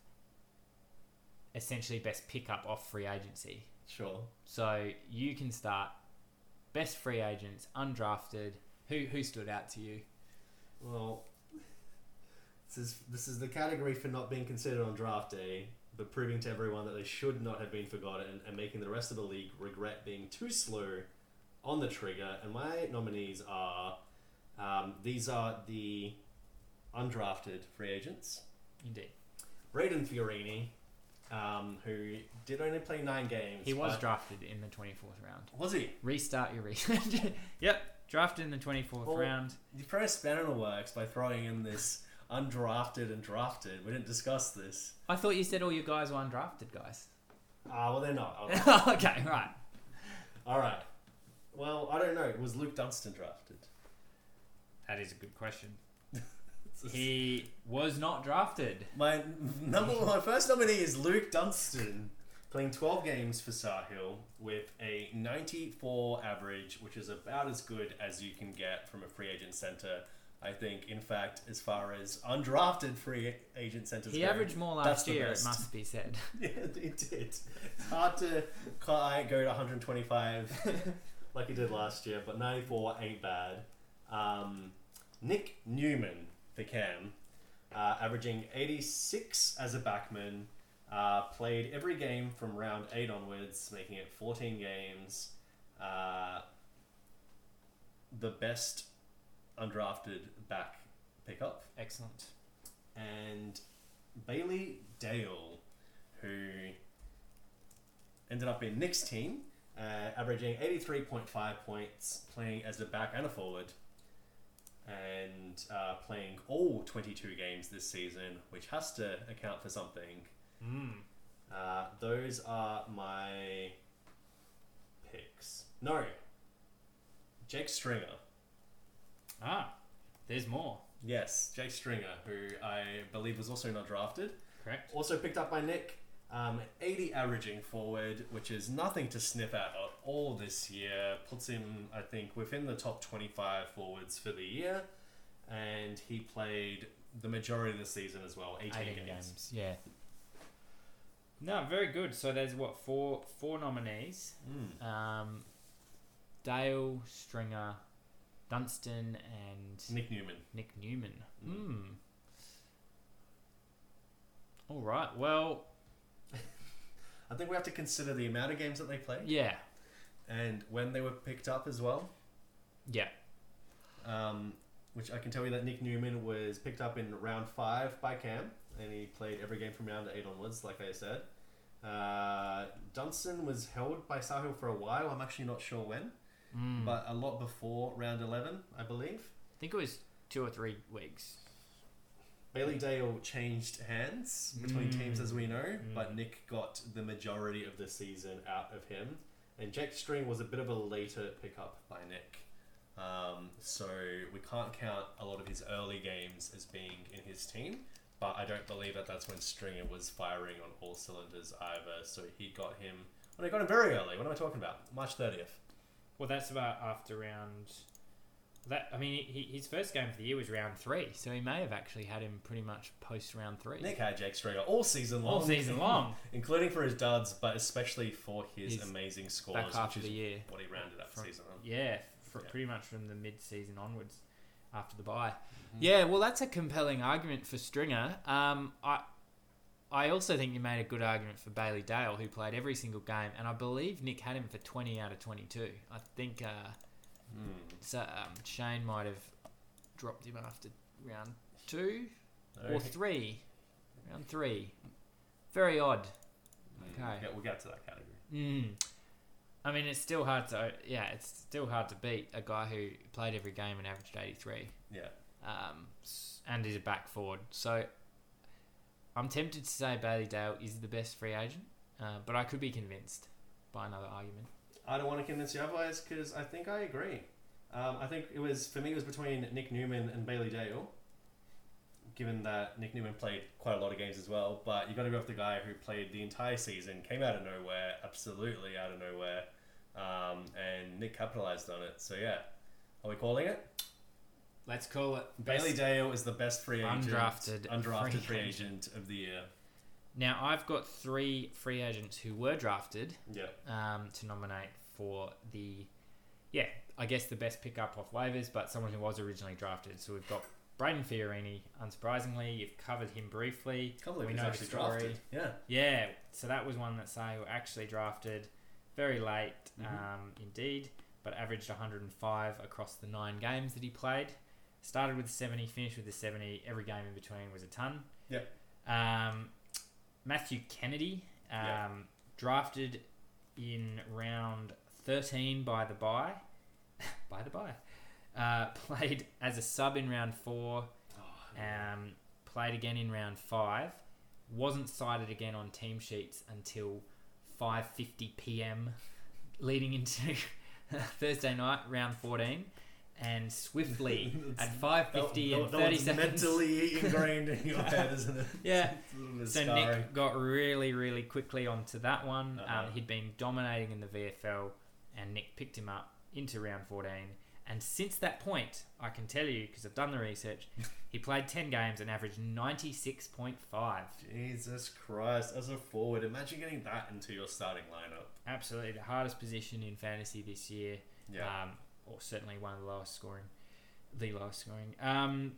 Speaker 2: essentially, best pickup off free agency.
Speaker 3: Sure.
Speaker 2: So you can start best free agents, undrafted. Who who stood out to you?
Speaker 3: Well, this is this is the category for not being considered on draft day, but proving to everyone that they should not have been forgotten and making the rest of the league regret being too slow on the trigger. And my nominees are um, these are the undrafted free agents.
Speaker 2: Indeed,
Speaker 3: Braden Fiorini, um, who did only play nine games.
Speaker 2: he was
Speaker 3: but-
Speaker 2: drafted in the twenty fourth round.
Speaker 3: Was he?
Speaker 2: Restart your research. yep, drafted in the twenty fourth
Speaker 3: Well,
Speaker 2: round.
Speaker 3: You throw a spanner in the works by throwing in this undrafted and drafted. We didn't discuss this.
Speaker 2: I thought you said all your guys were undrafted guys.
Speaker 3: Ah, well, they're not. Oh,
Speaker 2: okay, right.
Speaker 3: All right. Well, I don't know. Was Luke Dunstan drafted?
Speaker 2: That is a good question.
Speaker 3: This is-
Speaker 2: He was not drafted.
Speaker 3: My number my first nominee is Luke Dunstan, playing 12 games for Sahil with a 94 average, which is about as good as you can get from a free agent center. I think, in fact, as far as undrafted free agent centers,
Speaker 2: He
Speaker 3: go,
Speaker 2: averaged more
Speaker 3: that's
Speaker 2: last
Speaker 3: the
Speaker 2: year, it
Speaker 3: best.
Speaker 2: must be said.
Speaker 3: Yeah, it did. It's hard to quite go to 125 like he did last year, but 94 ain't bad. Um, Nick Newman for Cam, uh, averaging 86 as a backman, uh, played every game from round 8 onwards, making it 14 games. Uh, the best undrafted back pickup,
Speaker 2: Excellent.
Speaker 3: and Bailey Dale, who ended up in Nick's team, uh, averaging 83.5 points, playing as a back and a forward, and uh, playing all 22 games this season, which has to account for something.
Speaker 2: Mm.
Speaker 3: Uh, those are my picks. No. Jake Stringer.
Speaker 2: Ah, there's more.
Speaker 3: Yes, Jake Stringer, who I believe was also not drafted.
Speaker 2: Correct.
Speaker 3: Also picked up by Nick. Um, 80 averaging forward, which is nothing to sniff at at all this year. Puts him, I think, within the top 25 forwards for the year. And he played the majority of the season as well, 18,
Speaker 2: 18
Speaker 3: games.
Speaker 2: games. Yeah. No, very good. So there's what four four nominees.
Speaker 3: Mm.
Speaker 2: Um, Dale Stringer, Dunstan, and
Speaker 3: Nick Newman.
Speaker 2: Nick Newman.
Speaker 3: Mm.
Speaker 2: Hmm. All right. Well,
Speaker 3: I think we have to consider the amount of games that they played
Speaker 2: yeah,
Speaker 3: and when they were picked up as well.
Speaker 2: yeah.
Speaker 3: um, which I can tell you that Nick Newman was picked up in round five by Cam, and he played every game from round eight onwards, like I said. Uh, Dunstan was held by Sahil for a while. I'm actually not sure when,
Speaker 2: Mm.
Speaker 3: but a lot before round 11, I believe.
Speaker 2: I think it was two or three weeks.
Speaker 3: Bailey Dale changed hands between
Speaker 2: Mm.
Speaker 3: teams, as we know, but
Speaker 2: Mm.
Speaker 3: Nick got the majority of the season out of him. And Jack String was a bit of a later pickup by Nick. Um, so we can't count a lot of his early games as being in his team, but I don't believe that that's when Stringer was firing on all cylinders either. So he got him. Well, I got him very early. What am I talking about? March 30th.
Speaker 2: Well, that's about after round. That I mean, he, his first game for the year was round three, so he may have actually had him pretty much post round three.
Speaker 3: Nick had Jake Stringer all season long.
Speaker 2: All season long,
Speaker 3: including for his duds, but especially for his,
Speaker 2: His
Speaker 3: amazing scores,
Speaker 2: back half
Speaker 3: which
Speaker 2: of
Speaker 3: is
Speaker 2: the year.
Speaker 3: what he rounded up
Speaker 2: From-
Speaker 3: season on.
Speaker 2: Yeah, fr
Speaker 3: Yeah.
Speaker 2: pretty much from the mid season onwards after the buy. Yeah, well, that's a compelling argument for Stringer. Um, I, I also think you made a good argument for Bailey Dale, who played every single game, and I believe Nick had him for 20 out of 22. I think uh, so, um, Shane might have dropped him after round two
Speaker 3: Okay.
Speaker 2: or three. Round three. Very odd. Okay.
Speaker 3: Yeah, we'll get to that category.
Speaker 2: Mm. I mean, it's still hard to yeah, it's still hard to beat a guy who played every game and averaged eighty three,
Speaker 3: Yeah.
Speaker 2: um, s- and is a back forward. So I'm tempted to say Bailey Dale is the best free agent, uh, but I could be convinced by another argument.
Speaker 3: I don't want to convince you otherwise because I think I agree. Um, I think it was for me it was between Nick Newman and Bailey Dale. Given that Nick Newman played quite a lot of games as well, but you got to go with the guy who played the entire season, came out of nowhere, absolutely out of nowhere, um, and Nick capitalized on it. So yeah, are we calling it?
Speaker 2: Let's call it
Speaker 3: Bailey Dale is the best free agent,
Speaker 2: Undrafted
Speaker 3: undrafted
Speaker 2: free
Speaker 3: free agent of the year.
Speaker 2: Now I've got three free agents who were drafted
Speaker 3: Yeah.
Speaker 2: um, to nominate for the, yeah, I guess the best pickup off waivers, but someone who was originally drafted. So we've got Braden Fiorini. Unsurprisingly, you've covered him briefly.
Speaker 3: Can't believe
Speaker 2: We
Speaker 3: he's
Speaker 2: know the
Speaker 3: actually
Speaker 2: story.
Speaker 3: drafted. Yeah.
Speaker 2: Yeah, so that was one that Sahil actually drafted very late,
Speaker 3: Mhm.
Speaker 2: um, indeed, but averaged 105 across the nine games that he played. Started with 70, finished with the 70. Every game in between was a ton.
Speaker 3: Yep.
Speaker 2: Um, Matthew Kennedy, um,
Speaker 3: Yeah.
Speaker 2: drafted in round 13 by the buy. by the buy. Uh, played as a sub in round four.
Speaker 3: Oh,
Speaker 2: Um, played again in round five. Wasn't cited again on team sheets until 5:50 p.m. leading into Thursday night, round 14, and swiftly at 5:50 and 30 seconds.
Speaker 3: mentally ingrained in your head, isn't it?
Speaker 2: yeah.
Speaker 3: It's a little bit
Speaker 2: So
Speaker 3: scarring.
Speaker 2: Nick got really, really quickly onto that one.
Speaker 3: Uh-huh.
Speaker 2: Um, he'd been dominating in the VFL, and Nick picked him up into round 14. And since that point, I can tell you because I've done the research, he played 10 games and averaged 96.5.
Speaker 3: Jesus Christ, as a forward, imagine getting that into your starting lineup.
Speaker 2: Absolutely the hardest position in fantasy this year. um, or certainly one of the lowest scoring, the lowest scoring. Um,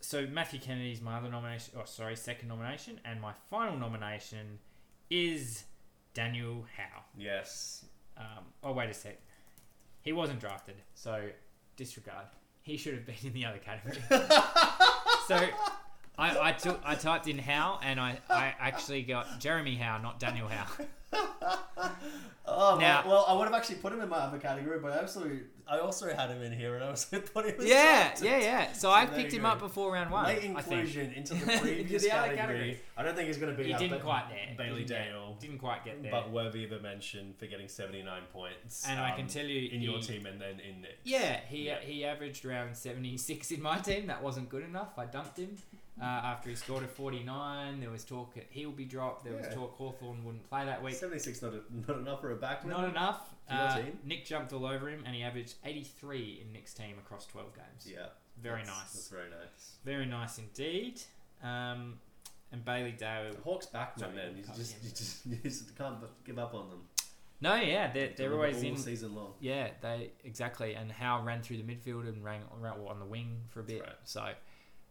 Speaker 2: so Matthew Kennedy's my other nomination, oh sorry, second nomination, and my final nomination is Daniel Howe.
Speaker 3: yes.
Speaker 2: Um, oh wait a sec, he wasn't drafted, so disregard. he should have been in the other category. so I, I took I typed in Howe and I, I actually got Jeremy Howe, not Daniel Howe.
Speaker 3: Oh, my-
Speaker 2: Now-
Speaker 3: well, I would have actually put him in my other category, but I absolutely, I also had him in here, and I was going to put him. as
Speaker 2: Yeah,
Speaker 3: captain.
Speaker 2: yeah, yeah. So,
Speaker 3: So
Speaker 2: I
Speaker 3: there
Speaker 2: picked
Speaker 3: you
Speaker 2: him
Speaker 3: go.
Speaker 2: up before round one.
Speaker 3: Late
Speaker 2: I think.
Speaker 3: inclusion into the
Speaker 2: Into
Speaker 3: previous
Speaker 2: the other
Speaker 3: category.
Speaker 2: category.
Speaker 3: I don't think he's going to be.
Speaker 2: He didn't quite there.
Speaker 3: Bailey
Speaker 2: didn't get-
Speaker 3: Dale,
Speaker 2: didn't quite get there.
Speaker 3: but worthy of a mention for getting seventy nine points.
Speaker 2: and I
Speaker 3: um,
Speaker 2: can tell you,
Speaker 3: in your
Speaker 2: he-
Speaker 3: team, and then in Nick.
Speaker 2: Yeah, he
Speaker 3: Yeah.
Speaker 2: he averaged around 76 in my team. That wasn't good enough. I dumped him uh, after he scored a 49. There was talk that he'll be dropped. There
Speaker 3: Yeah.
Speaker 2: was talk Hawthorn wouldn't play that week.
Speaker 3: Seventy six not a, not enough for a backman.
Speaker 2: Not enough.
Speaker 3: For your
Speaker 2: Uh,
Speaker 3: team?
Speaker 2: Nick jumped all over him, and he averaged 83 in Nick's team across 12 games.
Speaker 3: Yeah,
Speaker 2: Very
Speaker 3: that's-
Speaker 2: nice.
Speaker 3: That's very nice.
Speaker 2: Very nice indeed. Um, and Bailey Dale.
Speaker 3: Hawks backman,
Speaker 2: Sorry,
Speaker 3: man. You
Speaker 2: cut
Speaker 3: just,
Speaker 2: him.
Speaker 3: you just, you just can't give up on them.
Speaker 2: No, yeah, they're, they're
Speaker 3: Deliver
Speaker 2: always
Speaker 3: all
Speaker 2: in.
Speaker 3: season long.
Speaker 2: Yeah, they exactly. And Howe ran through the midfield and ran, ran well, on the wing for a bit.
Speaker 3: right.
Speaker 2: So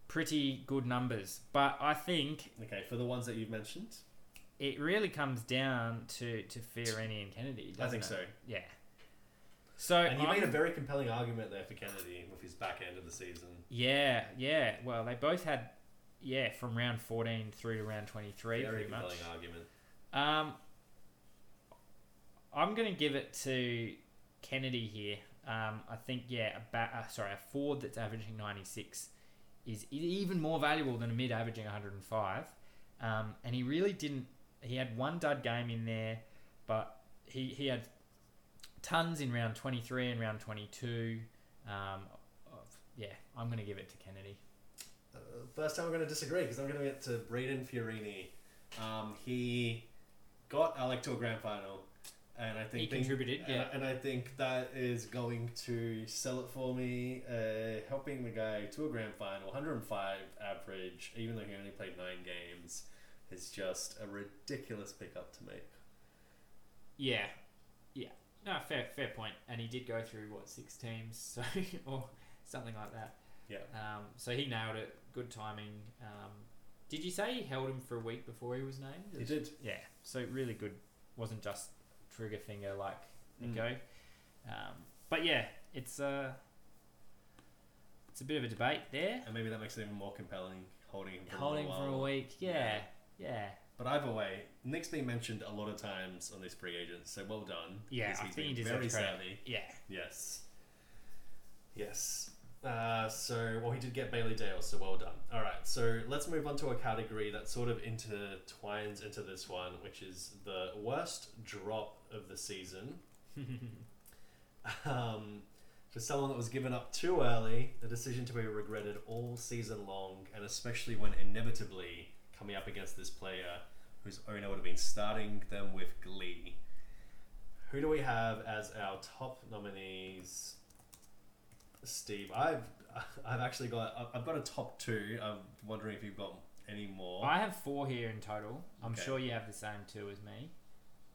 Speaker 2: pretty good numbers. But I think
Speaker 3: Okay, for the ones that you've mentioned,
Speaker 2: it really comes down to to Fiorini and Kennedy.
Speaker 3: I
Speaker 2: Doesn't
Speaker 3: think
Speaker 2: it?
Speaker 3: so.
Speaker 2: Yeah. So
Speaker 3: And you
Speaker 2: I'm-
Speaker 3: made a very compelling argument there for Kennedy with his back end of the season.
Speaker 2: yeah, yeah. Well, they both had yeah from round fourteen through to round twenty three,
Speaker 3: very
Speaker 2: pretty
Speaker 3: compelling
Speaker 2: much.
Speaker 3: argument.
Speaker 2: Um, I'm gonna give it to Kennedy here. Um, I think yeah, a ba- uh, sorry, a Ford that's averaging 96 is e- even more valuable than a mid averaging 105. Um, and he really didn't. He had one dud game in there, but he he had tons in round 23 and round 22. Um, of- yeah, I'm gonna give it to Kennedy.
Speaker 3: Uh, first time we're going to disagree because I'm going to get to Braden Fiorini. Um, he got Alec to a grand final, and I think
Speaker 2: He contributed,
Speaker 3: and-
Speaker 2: yeah.
Speaker 3: and I think that is going to sell it for me. Uh, helping the guy to a grand final, 105 average, even though he only played nine games, is just a ridiculous pickup to make.
Speaker 2: Yeah, yeah. No, fair, fair point. And he did go through what six teams, so or something like that.
Speaker 3: Yeah.
Speaker 2: Um, so he nailed it. Good timing. Um, did you say he held him for a week before he was named?
Speaker 3: He did.
Speaker 2: Yeah. So really good. Wasn't just trigger finger like
Speaker 3: Mm.
Speaker 2: Nico. Um, but yeah, it's a it's a bit of a debate there.
Speaker 3: And maybe that makes it even more compelling, holding him for
Speaker 2: Holding
Speaker 3: a
Speaker 2: him
Speaker 3: little
Speaker 2: for a
Speaker 3: while.
Speaker 2: week. Yeah. Yeah.
Speaker 3: But either way, Nick's been mentioned a lot of times on this free agent, so well done.
Speaker 2: Yeah,
Speaker 3: because
Speaker 2: I
Speaker 3: he's
Speaker 2: think he
Speaker 3: been
Speaker 2: deserves
Speaker 3: very
Speaker 2: credit.
Speaker 3: savvy.
Speaker 2: Yeah.
Speaker 3: Yes. Yes. Uh, so, well, he did get Bailey Dale, so well done. All right, so let's move on to a category that sort of intertwines into this one, which is the worst drop of the season. um, for someone that was given up too early, the decision to be regretted all season long, and especially when inevitably coming up against this player whose owner would have been starting them with glee. Who do we have as our top nominees? Steve, I've I've actually got I've- I've got a top two. I'm wondering if you've got any more.
Speaker 2: I have four here in total. I'm
Speaker 3: Okay.
Speaker 2: sure you have the same two as me.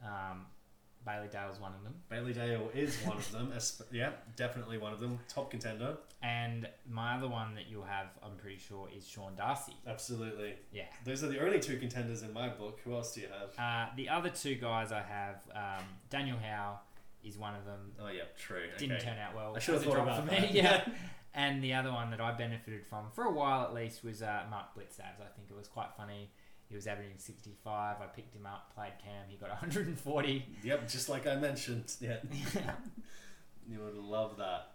Speaker 2: Um, Bailey Dale's one of them.
Speaker 3: Bailey Dale is one of them. esp- yeah, definitely one of them. Top contender.
Speaker 2: And my other one that you'll have, I'm pretty sure, is Sean Darcy.
Speaker 3: Absolutely.
Speaker 2: Yeah.
Speaker 3: Those are the only two contenders in my book. Who else do you have?
Speaker 2: Uh, the other two guys I have, um, Daniel Howe is one of them.
Speaker 3: Oh yeah, true.
Speaker 2: Didn't
Speaker 3: okay.
Speaker 2: turn out well.
Speaker 3: I should've
Speaker 2: It was a
Speaker 3: thought
Speaker 2: drop
Speaker 3: about
Speaker 2: for me.
Speaker 3: that.
Speaker 2: Yeah. and the other one that I benefited from for a while at least was uh, Mark Blitzavs. I think it was quite funny. He was averaging 65. I picked him up, played Cam. He got 140.
Speaker 3: Yep, just like I mentioned. Yeah. you would love that.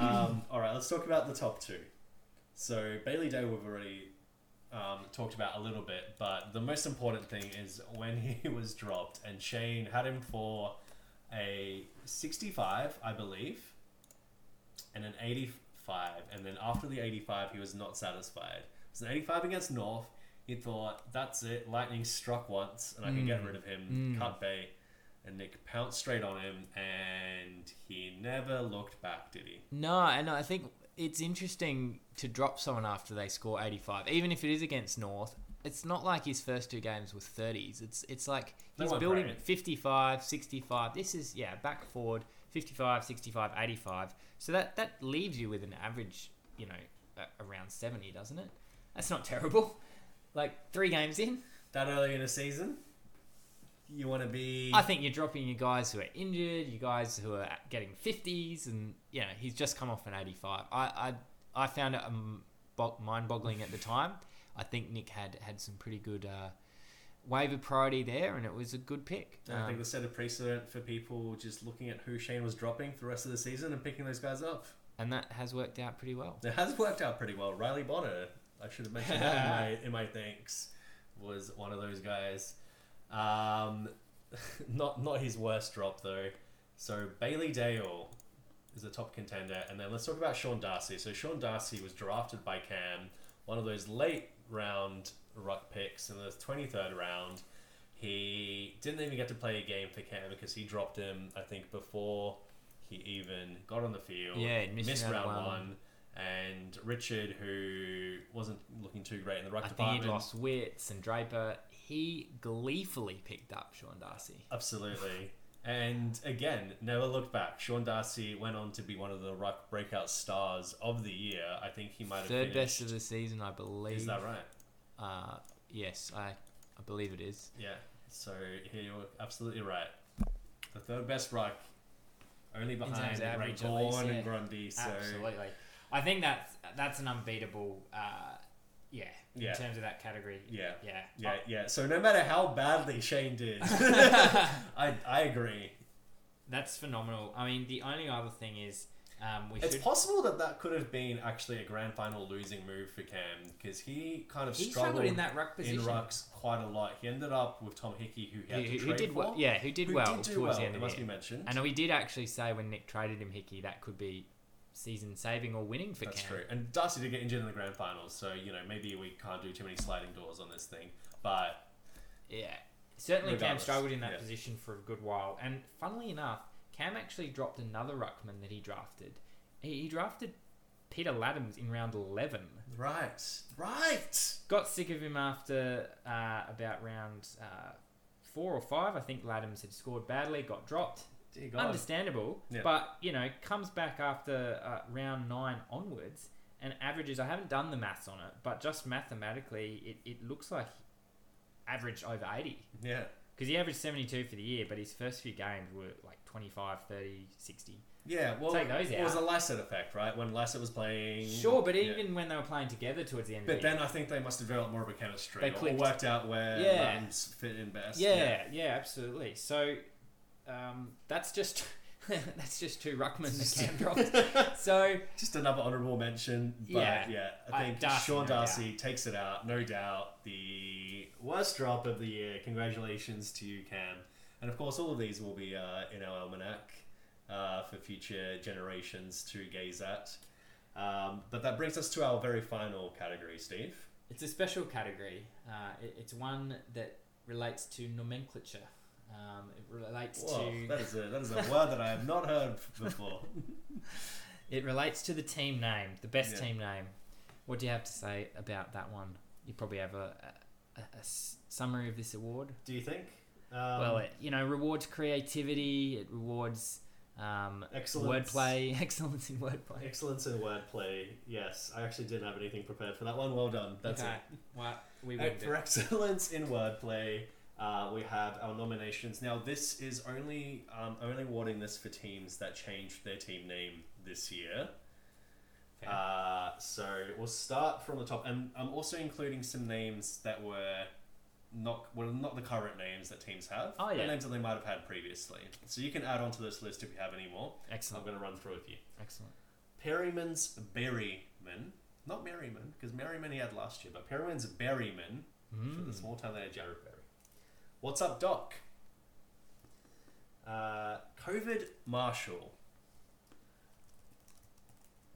Speaker 3: Um, all right, let's talk about the top two. So Bailey Day we've already um, talked about a little bit, but the most important thing is when he was dropped, and Shane had him for a 65, I believe, and an 85, and then after the 85, he was not satisfied. It was an 85 against North. He thought, "That's it. Lightning struck once, and I can get rid of him.
Speaker 2: Mm.
Speaker 3: Cut bait." And Nick pounced straight on him, and he never looked back, did he?
Speaker 2: No, and I think it's interesting to drop someone after they score 85, even if it is against North. It's not like his first two games was 30s. It's it's like
Speaker 3: They
Speaker 2: he's
Speaker 3: weren't
Speaker 2: building
Speaker 3: great.
Speaker 2: 55, 65. This is yeah, back forward 55, 65, 85. So that that leaves you with an average, you know, a- around 70, doesn't it? That's not terrible. Like 3 games in?
Speaker 3: That early in a season? you want to be.
Speaker 2: I think you're dropping your guys who are injured, you guys who are getting 50s, and you know he's just come off an 85. I I, I found it um, bo- mind-boggling at the time. I think Nick had had some pretty good uh, waiver priority there, and it was a good pick.
Speaker 3: I think
Speaker 2: Um,
Speaker 3: they set a precedent for people just looking at who Shane was dropping for the rest of the season and picking those guys up.
Speaker 2: and that has worked out pretty well.
Speaker 3: It has worked out pretty well. Riley Bonner, I should have mentioned that in my in my thanks, was one of those guys. Um, not not his worst drop though. So Bailey Dale is a top contender, and then let's talk about Sean Darcy. So Sean Darcy was drafted by Cam, one of those late round ruck picks in the twenty third round. He didn't even get to play a game for Cam because he dropped him, I think, before he even got on the field.
Speaker 2: Yeah, he'd missed
Speaker 3: missed
Speaker 2: another
Speaker 3: round
Speaker 2: one.
Speaker 3: one. And Richard, who wasn't looking too great in the ruck
Speaker 2: I think
Speaker 3: department,
Speaker 2: he'd lost Wits and Draper. He gleefully picked up Sean Darcy.
Speaker 3: Absolutely. And again, never looked back. Sean Darcy went on to be one of the ruck breakout stars of the year. I think he might have
Speaker 2: Third
Speaker 3: finished.
Speaker 2: best of the season, I believe.
Speaker 3: Is that right?
Speaker 2: Uh, yes, I, I believe it is.
Speaker 3: Yeah. So you're absolutely right. The third best ruck, only
Speaker 2: terms
Speaker 3: behind
Speaker 2: of average, at least,
Speaker 3: Raghorn
Speaker 2: yeah.
Speaker 3: and Grundy. So
Speaker 2: Absolutely. I think that's that's an unbeatable. Uh, yeah, in
Speaker 3: Yeah.
Speaker 2: terms of that category.
Speaker 3: Yeah.
Speaker 2: yeah,
Speaker 3: yeah, yeah. So no matter how badly Shane did, I I agree.
Speaker 2: Oh. That's phenomenal. I mean, the only other thing is um, we
Speaker 3: It's
Speaker 2: should.
Speaker 3: possible that that could have been actually a grand final losing move for Cam because he kind of
Speaker 2: He struggled in that ruck
Speaker 3: in
Speaker 2: position.
Speaker 3: rucks quite a lot. He ended up with Tom Hickey, who he
Speaker 2: Who,
Speaker 3: had to
Speaker 2: who
Speaker 3: trade
Speaker 2: did
Speaker 3: for.
Speaker 2: well? Yeah, who did
Speaker 3: Who
Speaker 2: well
Speaker 3: did do
Speaker 2: towards
Speaker 3: well,
Speaker 2: the end
Speaker 3: it
Speaker 2: of
Speaker 3: must
Speaker 2: the
Speaker 3: be
Speaker 2: year.
Speaker 3: mentioned.
Speaker 2: And we did actually say when Nick traded him Hickey that could be season saving or winning for
Speaker 3: That's
Speaker 2: Cam.
Speaker 3: true. And Darcy did get injured in the grand finals, so you know maybe we can't do too many sliding doors on this thing. But
Speaker 2: Yeah. Certainly Cam
Speaker 3: Regardless,
Speaker 2: struggled in that
Speaker 3: yeah.
Speaker 2: position for a good while. And funnily enough, Cam actually dropped another ruckman that he drafted. He, he drafted Peter Laddams in round 11.
Speaker 3: right, right,
Speaker 2: Got sick of him after uh, about round uh, four or five. I think Laddams had scored badly, got dropped.
Speaker 3: dear God,
Speaker 2: Understandable.
Speaker 3: Yeah.
Speaker 2: But, you know, comes back after uh, round nine onwards and averages. I haven't done the maths on it, but just mathematically, it, it looks like averaged over 80
Speaker 3: yeah,
Speaker 2: because he averaged 72 for the year, but his first few games were like 25, 30, 60.
Speaker 3: yeah. Well,
Speaker 2: Take those
Speaker 3: it was a
Speaker 2: out.
Speaker 3: Lysette effect, right? When Lysette was playing,
Speaker 2: Sure, but
Speaker 3: Mm. yeah.
Speaker 2: even when they were playing together towards the end
Speaker 3: But
Speaker 2: of the
Speaker 3: then I think they must have developed more of a chemistry.
Speaker 2: They
Speaker 3: They or
Speaker 2: clicked.
Speaker 3: worked out where
Speaker 2: Yeah.
Speaker 3: Adams fit in best.
Speaker 2: year. Yeah, yeah, absolutely. So um, that's just that's just two ruckmen that Cam dropped. So
Speaker 3: Just another honourable mention, but yeah,
Speaker 2: Yeah.
Speaker 3: I
Speaker 2: Uh,
Speaker 3: think
Speaker 2: Darcy,
Speaker 3: Sean
Speaker 2: no
Speaker 3: Darcy takes it out, no doubt. The worst drop of the year. Congratulations to you, Cam. And of course, all of these will be uh, in our almanac uh, for future generations to gaze at. Um, but that brings us to our very final category, Steve.
Speaker 2: it's a special category. Uh, it, it's one that relates to nomenclature. Um, it relates
Speaker 3: Whoa,
Speaker 2: to
Speaker 3: that is a that is a word that I have not heard before.
Speaker 2: it relates to the team name, the best
Speaker 3: Yeah.
Speaker 2: team name. What do you have to say about that one? You probably have a, a, a- a s- summary of this award.
Speaker 3: Do you think? Um,
Speaker 2: well, it, you know, rewards creativity. It rewards um,
Speaker 3: Excellence.
Speaker 2: wordplay, excellence in wordplay.
Speaker 3: excellence in wordplay. Yes, I actually didn't have anything prepared for that one. Well done. That's it.
Speaker 2: Well, we
Speaker 3: Uh, for excellence in wordplay, uh, we have our nominations. Now, this is only um, only awarding this for teams that changed their team name this year.
Speaker 2: Okay.
Speaker 3: Uh, so we'll start from the top, and I'm also including some names that were not well, not the current names that teams have,
Speaker 2: Oh,
Speaker 3: but
Speaker 2: yeah.
Speaker 3: names that they might have had previously. So you can add onto this list if you have any more. I'm
Speaker 2: Excellent.
Speaker 3: going to run through a few.
Speaker 2: Excellent.
Speaker 3: Perryman's Berryman, not Merriman, because Merriman he had last year, but Perryman's Berryman
Speaker 2: Hmm.
Speaker 3: from the small town they had Jared Berry. What's up, Doc? Uh, COVID Marshall.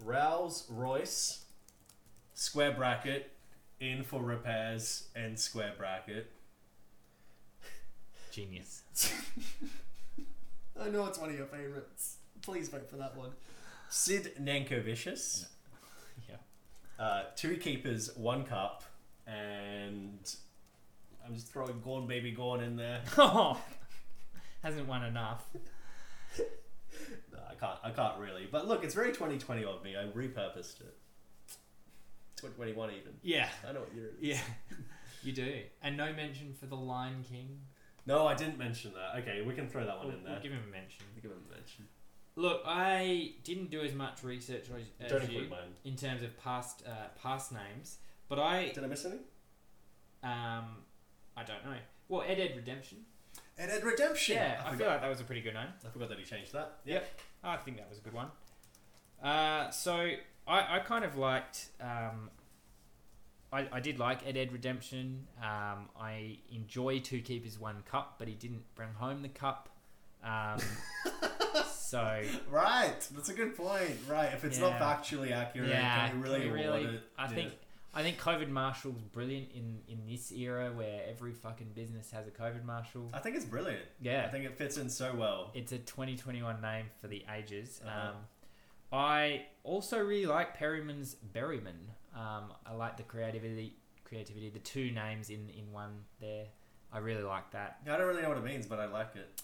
Speaker 3: Rouse Royce. Square bracket. In for repairs and square bracket.
Speaker 2: Genius.
Speaker 4: I know it's one of your favorites. Please vote for that one.
Speaker 3: Sid Nankovicius.
Speaker 2: Yeah.
Speaker 3: Uh, two keepers, one cup, and I'm just throwing Gorn Baby Gorn in there.
Speaker 2: hasn't won enough.
Speaker 3: No, I can't. I can't really. But look, it's very 2020 of me. I repurposed it. 2021 even.
Speaker 2: Yeah.
Speaker 3: I know what year it is.
Speaker 2: Yeah. you do. And no mention for the Lion King.
Speaker 3: No, I didn't mention that. Okay, we can throw that one
Speaker 2: We'll,
Speaker 3: in
Speaker 2: we'll
Speaker 3: there.
Speaker 2: give him a mention.
Speaker 3: Give him a mention.
Speaker 2: Look, I didn't do as much research as,
Speaker 3: Don't
Speaker 2: as you
Speaker 3: include mine.
Speaker 2: in terms of past uh, past names, but I
Speaker 3: Did I miss anything?
Speaker 2: um, I don't know. Well, Ed Ed Redemption.
Speaker 3: Ed Ed Redemption.
Speaker 2: Yeah,
Speaker 3: I,
Speaker 2: I feel
Speaker 3: forgot.
Speaker 2: like that was a pretty good name.
Speaker 3: I forgot that he changed that.
Speaker 2: I think that was a good one. Uh, so I, I kind of liked. Um, I, I did like Ed Ed Redemption. Um, I enjoy Two Keepers One Cup, but he didn't bring home the cup. Um, so
Speaker 3: Right, that's a good point. Right, if it's not
Speaker 2: Yeah.
Speaker 3: factually accurate,
Speaker 2: yeah,
Speaker 3: can we really,
Speaker 2: can we
Speaker 3: award
Speaker 2: really-
Speaker 3: it?
Speaker 2: I
Speaker 3: Yeah.
Speaker 2: think I think COVID Marshal's brilliant in in this era where every fucking business has a COVID Marshal.
Speaker 3: I think it's brilliant. I
Speaker 2: Yeah,
Speaker 3: think it fits in so well.
Speaker 2: it's a 2021 name for the ages.
Speaker 3: Uh-huh.
Speaker 2: Um, I also really like Perryman's Berryman. Um, I like the creativity, creativity, the two names in in one there. I really like that.
Speaker 3: I don't really know what it means, but I like it.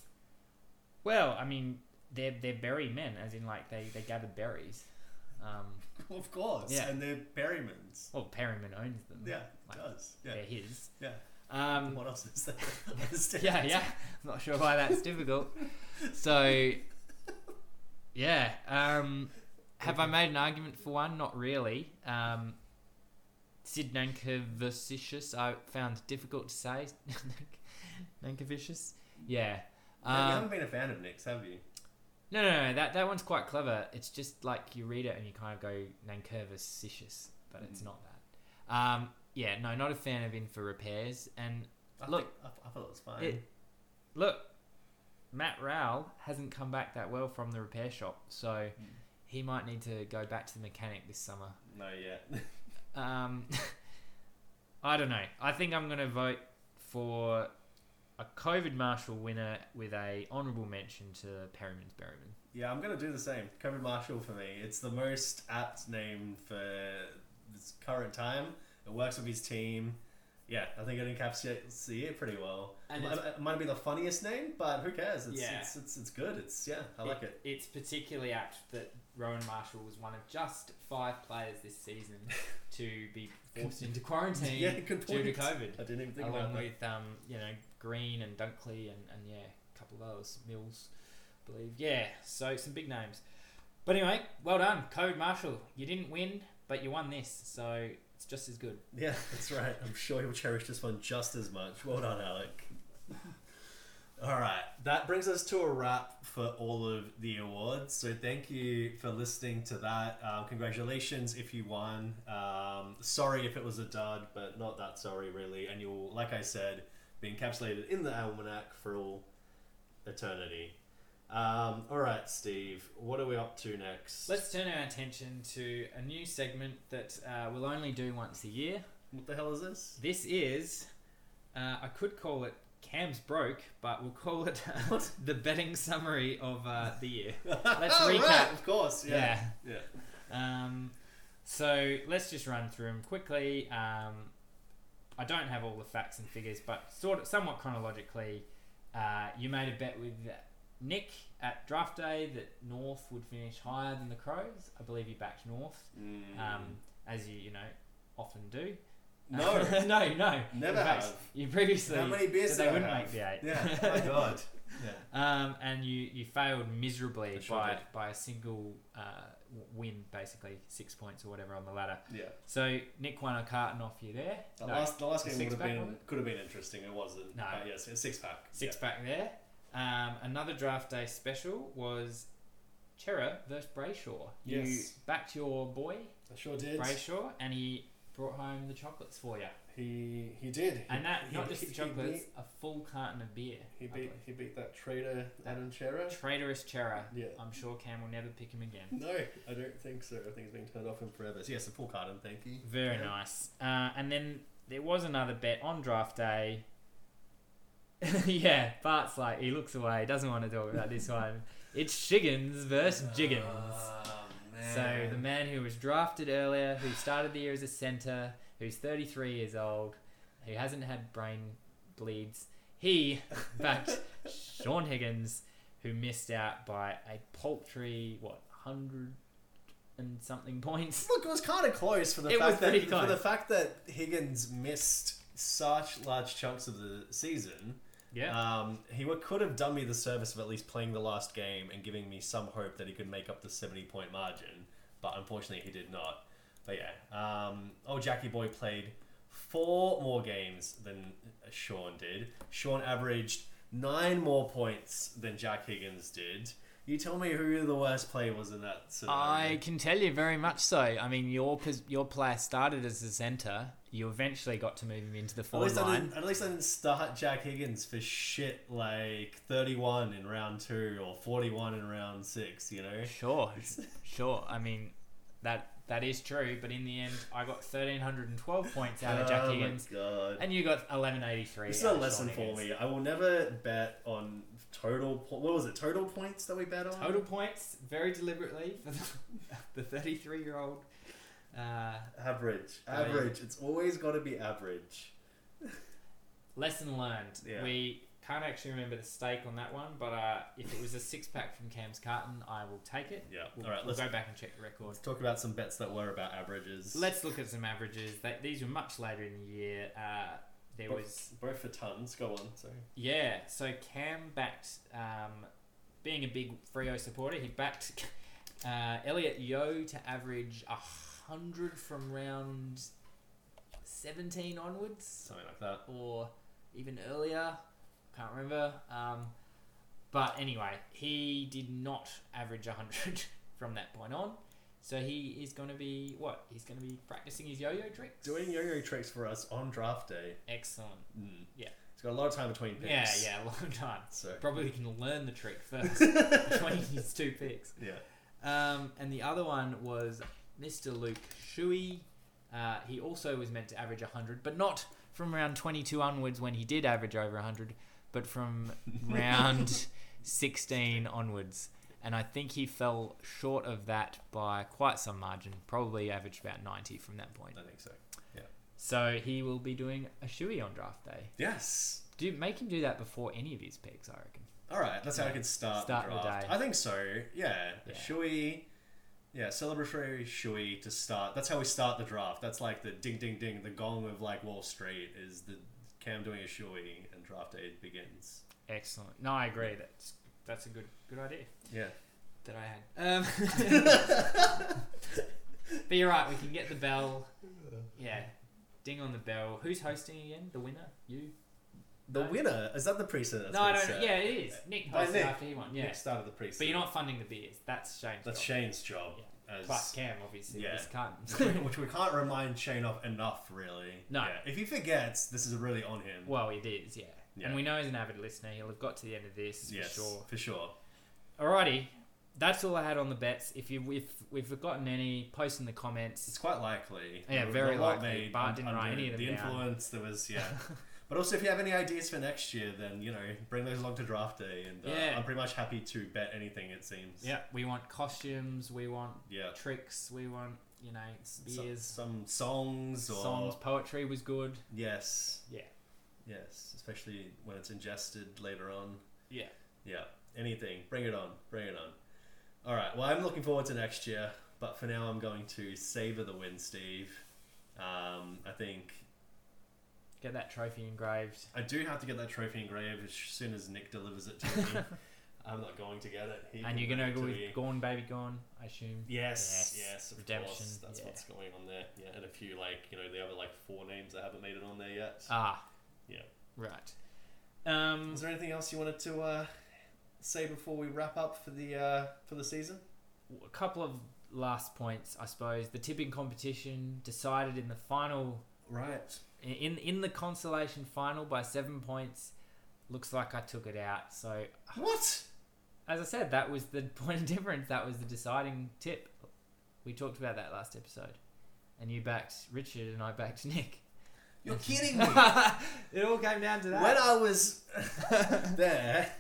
Speaker 2: Well, I mean, they're they're berry men, as in like they they gather berries. Um,
Speaker 3: Of course.
Speaker 2: Yeah.
Speaker 3: And they're Berrymans.
Speaker 2: well, Perryman owns them.
Speaker 3: Yeah, it
Speaker 2: Like,
Speaker 3: does. Yeah.
Speaker 2: They're his.
Speaker 3: Yeah.
Speaker 2: Um,
Speaker 3: What else is there? I understand.
Speaker 2: yeah, yeah. I'm not sure why that's difficult. So, yeah. Um, have I made an argument for one? Not really. Um, Sid Nankovicius, I found difficult to say. Nankovicius? Yeah.
Speaker 3: Yeah, you
Speaker 2: Um,
Speaker 3: haven't been a fan of Nick's, have you?
Speaker 2: no, no, no. That, that one's quite clever. It's just like you read it and you kind of go Nankovicius, but it's
Speaker 3: Mhm.
Speaker 2: not that. Um, yeah, no, not a fan of In for Repairs. And
Speaker 3: I
Speaker 2: Look,
Speaker 3: think- I, I thought it was fine.
Speaker 2: it- look, Matt Rowell hasn't come back that well from the repair shop, so he might need to go back to the mechanic this summer.
Speaker 3: no, yeah.
Speaker 2: Um, I don't know. I think I'm going to vote for a COVID Marshall winner with a honourable mention to Perryman's Berryman.
Speaker 3: yeah, I'm going to do the same. Covered Marshall for me. It's the most apt name for this current time. It works with his team. Yeah, I think it encapsulates the year pretty well.
Speaker 2: And
Speaker 3: it,
Speaker 2: it's-
Speaker 3: it might be the funniest name, but who cares? It's,
Speaker 2: Yeah.
Speaker 3: it's, it's, it's good. It's Yeah, I like it.
Speaker 2: It's particularly apt that Rowan Marshall was one of just five players this season to be forced into quarantine
Speaker 3: Yeah, good
Speaker 2: due to
Speaker 3: point.
Speaker 2: COVID.
Speaker 3: I didn't even think
Speaker 2: along
Speaker 3: about that.
Speaker 2: with um, you know Green and Dunkley and, and yeah, a couple of others, Mills, I believe. Yeah, so some big names. But anyway, well done, Code Marshall. You didn't win, but you won this, so it's just as good.
Speaker 3: Yeah, that's right. I'm sure he'll cherish this one just as much. Well done, Alec. All right, that brings us to a wrap for all of the awards. So thank you for listening to that. Um, congratulations if you won. Um, sorry if it was a dud, but not that sorry really. And you'll, like I said, be encapsulated in the almanac for all eternity. Um, all right, Steve, what are we up to next?
Speaker 2: Let's turn our attention to a new segment that uh, we'll only do once a year.
Speaker 3: What the hell is this?
Speaker 2: This is, uh, I could call it Cam's broke, but we'll call it
Speaker 3: What?
Speaker 2: the betting summary of uh, the year. Let's
Speaker 3: All right,
Speaker 2: recap.
Speaker 3: of course.
Speaker 2: yeah.
Speaker 3: yeah.
Speaker 2: Um, so let's just run through them quickly. Um, I don't have all the facts and figures, but sort of somewhat chronologically, uh, you made a bet with Nick at draft day that North would finish higher than the Crows. I believe you backed North,
Speaker 3: Mm.
Speaker 2: um, as you you know often do.
Speaker 3: No.
Speaker 2: no, no,
Speaker 3: Never
Speaker 2: In fact,
Speaker 3: have.
Speaker 2: You previously
Speaker 3: How many beers
Speaker 2: said
Speaker 3: did
Speaker 2: they
Speaker 3: I
Speaker 2: wouldn't
Speaker 3: have?
Speaker 2: make the eight.
Speaker 3: Yeah, my god. Yeah.
Speaker 2: Um, and you, you failed miserably
Speaker 3: I sure
Speaker 2: by,
Speaker 3: did.
Speaker 2: by a single uh, w- win, basically six points or whatever on the ladder.
Speaker 3: Yeah.
Speaker 2: So Nick won a carton off you there.
Speaker 3: The
Speaker 2: No,
Speaker 3: last the last
Speaker 2: A
Speaker 3: game would have
Speaker 2: six-pack,
Speaker 3: been
Speaker 2: wasn't
Speaker 3: could have been interesting. It wasn't.
Speaker 2: No.
Speaker 3: But yes, a six pack.
Speaker 2: six back there. Um, another draft day special was Chera versus Brayshaw. You
Speaker 3: Yes.
Speaker 2: backed your boy
Speaker 3: I sure did.
Speaker 2: Brayshaw, and he brought home the chocolates for you.
Speaker 3: He he did. He,
Speaker 2: And that
Speaker 3: he-
Speaker 2: not just
Speaker 3: he-
Speaker 2: the
Speaker 3: he
Speaker 2: chocolates,
Speaker 3: beat-
Speaker 2: a full carton of beer.
Speaker 3: He
Speaker 2: I
Speaker 3: beat
Speaker 2: believe.
Speaker 3: he beat that traitor Adam Chera.
Speaker 2: Traitorous Chera.
Speaker 3: Yeah.
Speaker 2: I'm sure Cam will never pick him again.
Speaker 3: No, I don't think so. I think it's been turned off in forever. So yes, the full card. Thank you.
Speaker 2: Very
Speaker 3: Yeah.
Speaker 2: nice. Uh, and then there was another bet on draft day. yeah, Bart's like he looks away, doesn't want to talk about this one. It's Shiggins versus
Speaker 3: Ah,
Speaker 2: Jiggins. so the Oh, man who was drafted earlier, who started the year as a centre, who's 33 years old, who hasn't had brain bleeds, he backed Sean Higgins, who missed out by a paltry what hundred and something points.
Speaker 3: Look, it was kind of close for the
Speaker 2: It
Speaker 3: fact
Speaker 2: was
Speaker 3: that
Speaker 2: pretty
Speaker 3: for the
Speaker 2: close.
Speaker 3: fact that Higgins missed such large chunks of the season.
Speaker 2: Yeah.
Speaker 3: Um, he would, could have done me the service of at least playing the last game and giving me some hope that he could make up the 70 point margin, but unfortunately he did not. But yeah, um, old Jackie Boy played four more games than Sean did. Sean averaged nine more points than Jack Higgins did. You tell me who the worst player was in that scenario.
Speaker 2: I can tell you very much so. I mean, your pos- your player started as a center. You eventually got to move him into the
Speaker 3: At
Speaker 2: forward
Speaker 3: least, I
Speaker 2: line.
Speaker 3: didn't, at least I didn't start Jack Higgins for shit like 31 in round two or 41 in round six, you know?
Speaker 2: Sure, sure. I mean, that that is true. But in the end, I got thirteen hundred and twelve points out of Jack
Speaker 3: oh
Speaker 2: Higgins,
Speaker 3: my god.
Speaker 2: and you got eleven eighty three.
Speaker 3: This is a lesson for me. I will never bet on total. Po- what was it? Total points that we bet on.
Speaker 2: Total points very deliberately for the, the thirty-three year old. Uh,
Speaker 3: average.
Speaker 2: Oh, yeah.
Speaker 3: Average. It's always got to be average.
Speaker 2: lesson learned.
Speaker 3: Yeah.
Speaker 2: We can't actually remember the stake on that one, but uh, if it was a six pack from Cam's carton, I will take it.
Speaker 3: Yeah.
Speaker 2: We'll,
Speaker 3: All right.
Speaker 2: we'll
Speaker 3: Let's
Speaker 2: go back and check the record.
Speaker 3: let's talk about some bets that were about averages.
Speaker 2: Let's look at some averages. That these were much later in the year. Uh, there
Speaker 3: Both-
Speaker 2: was
Speaker 3: both for tons. Go on. Sorry.
Speaker 2: yeah. So Cam backed, um, being a big Frio supporter, he backed uh, Elliot Yo to average hundred from round seventeen onwards
Speaker 3: Something like that.
Speaker 2: or even earlier. Can't remember. Um, but anyway, he did not average 100 from that point on. So he is going to be what? He's going to be practicing his yo-yo tricks.
Speaker 3: Doing yo-yo tricks for us on draft day.
Speaker 2: excellent.
Speaker 3: Mm.
Speaker 2: Yeah.
Speaker 3: It's got a lot of time between picks.
Speaker 2: Yeah, yeah, long time.
Speaker 3: So.
Speaker 2: Probably can learn the trick first between his two picks.
Speaker 3: Yeah.
Speaker 2: Um, and the other one was Mr. Luke Shuey. Uh, he also was meant to average 100, but not from round 22 onwards when he did average over 100, but from round 16 onwards. And I think he fell short of that by quite some margin, probably averaged about 90 from that point.
Speaker 3: I think so.
Speaker 2: So he will be doing a Shuey on draft day.
Speaker 3: Yes.
Speaker 2: Do Make him do that before any of his picks, I reckon.
Speaker 3: All right, that's how I could start,
Speaker 2: Start
Speaker 3: the
Speaker 2: the
Speaker 3: draft.
Speaker 2: day.
Speaker 3: I think so. Yeah,
Speaker 2: Yeah.
Speaker 3: shui, yeah, celebratory shui to start. That's how we start the draft. That's like the ding, ding, ding, the gong of like Wall Street is the Cam doing a shui and draft day begins.
Speaker 2: Excellent. No, I agree. That's, that's a good, good idea.
Speaker 3: Yeah,
Speaker 2: that I had. Um, but you're right. We can get the bell. Yeah, ding on the bell. Who's hosting again? The winner? You?
Speaker 3: the
Speaker 2: No.
Speaker 3: winner is that the precedent? that's
Speaker 2: no, I
Speaker 3: been
Speaker 2: don't.
Speaker 3: set?
Speaker 2: Yeah, it is. Nick
Speaker 3: By
Speaker 2: hosted
Speaker 3: Oh, Nick.
Speaker 2: after he won. Yeah,
Speaker 3: Nick started the precedent.
Speaker 2: but you're not funding the beers. That's Shane's
Speaker 3: That's
Speaker 2: job.
Speaker 3: Shane's job. As,
Speaker 2: Plus Cam, obviously.
Speaker 3: Yeah.
Speaker 2: Yeah. This
Speaker 3: which we-
Speaker 2: can't.
Speaker 3: which we can't remind Shane of enough, really.
Speaker 2: No.
Speaker 3: Yeah. If he forgets, this is really on him.
Speaker 2: well, it is. Yeah.
Speaker 3: Yeah.
Speaker 2: And we know he's an avid listener. He'll have got to the end of this
Speaker 3: yes,
Speaker 2: for sure.
Speaker 3: For sure.
Speaker 2: Alrighty. That's all I had on the bets. If you if we've forgotten any, post in the comments.
Speaker 3: It's quite likely.
Speaker 2: Yeah,
Speaker 3: There was
Speaker 2: very
Speaker 3: a lot
Speaker 2: likely.
Speaker 3: made
Speaker 2: Bart
Speaker 3: un-
Speaker 2: didn't write
Speaker 3: under
Speaker 2: any of them
Speaker 3: The
Speaker 2: down.
Speaker 3: influence there was, yeah. but also, if you have any ideas for next year, then you know, bring those along to draft day, and uh,
Speaker 2: Yeah.
Speaker 3: I'm pretty much happy to bet anything. It seems.
Speaker 2: Yeah, we want costumes. We want
Speaker 3: Yeah.
Speaker 2: tricks. We want you know
Speaker 3: So-
Speaker 2: beers,
Speaker 3: some songs or
Speaker 2: songs. Poetry was good.
Speaker 3: yes,
Speaker 2: Yeah,
Speaker 3: yes, especially when it's ingested later on.
Speaker 2: yeah.
Speaker 3: Yeah, anything. Bring it on. Bring it on. All right. Well, I'm looking forward to next year, but for now, I'm going to savor the win, Steve. Um, I think
Speaker 2: Get that trophy engraved.
Speaker 3: I do have to get that trophy engraved as soon as Nick delivers it to me. I'm not going to get it. He can
Speaker 2: and you're gonna
Speaker 3: bring it
Speaker 2: go with
Speaker 3: me.
Speaker 2: Gone Baby Gone, I assume.
Speaker 3: Yes, yes,
Speaker 2: Yes,
Speaker 3: of
Speaker 2: Redemption,
Speaker 3: course. That's
Speaker 2: yeah.
Speaker 3: what's going on there. Yeah, and a few like you know the other like four names that haven't made it on there yet.
Speaker 2: Ah.
Speaker 3: Yeah.
Speaker 2: Right. Um.
Speaker 3: Is there anything else you wanted to uh, say before we wrap up for the uh, for the season?
Speaker 2: a couple of last points, I suppose. The tipping competition decided in the final
Speaker 3: Right.
Speaker 2: in in the consolation final by seven points. Looks like I took it out. So
Speaker 3: What?
Speaker 2: as I said, that was the point of difference. That was the deciding tip. We talked about that last episode. And you backed Richard and I backed Nick.
Speaker 3: You're kidding me.
Speaker 2: it all came down to that.
Speaker 3: when I was there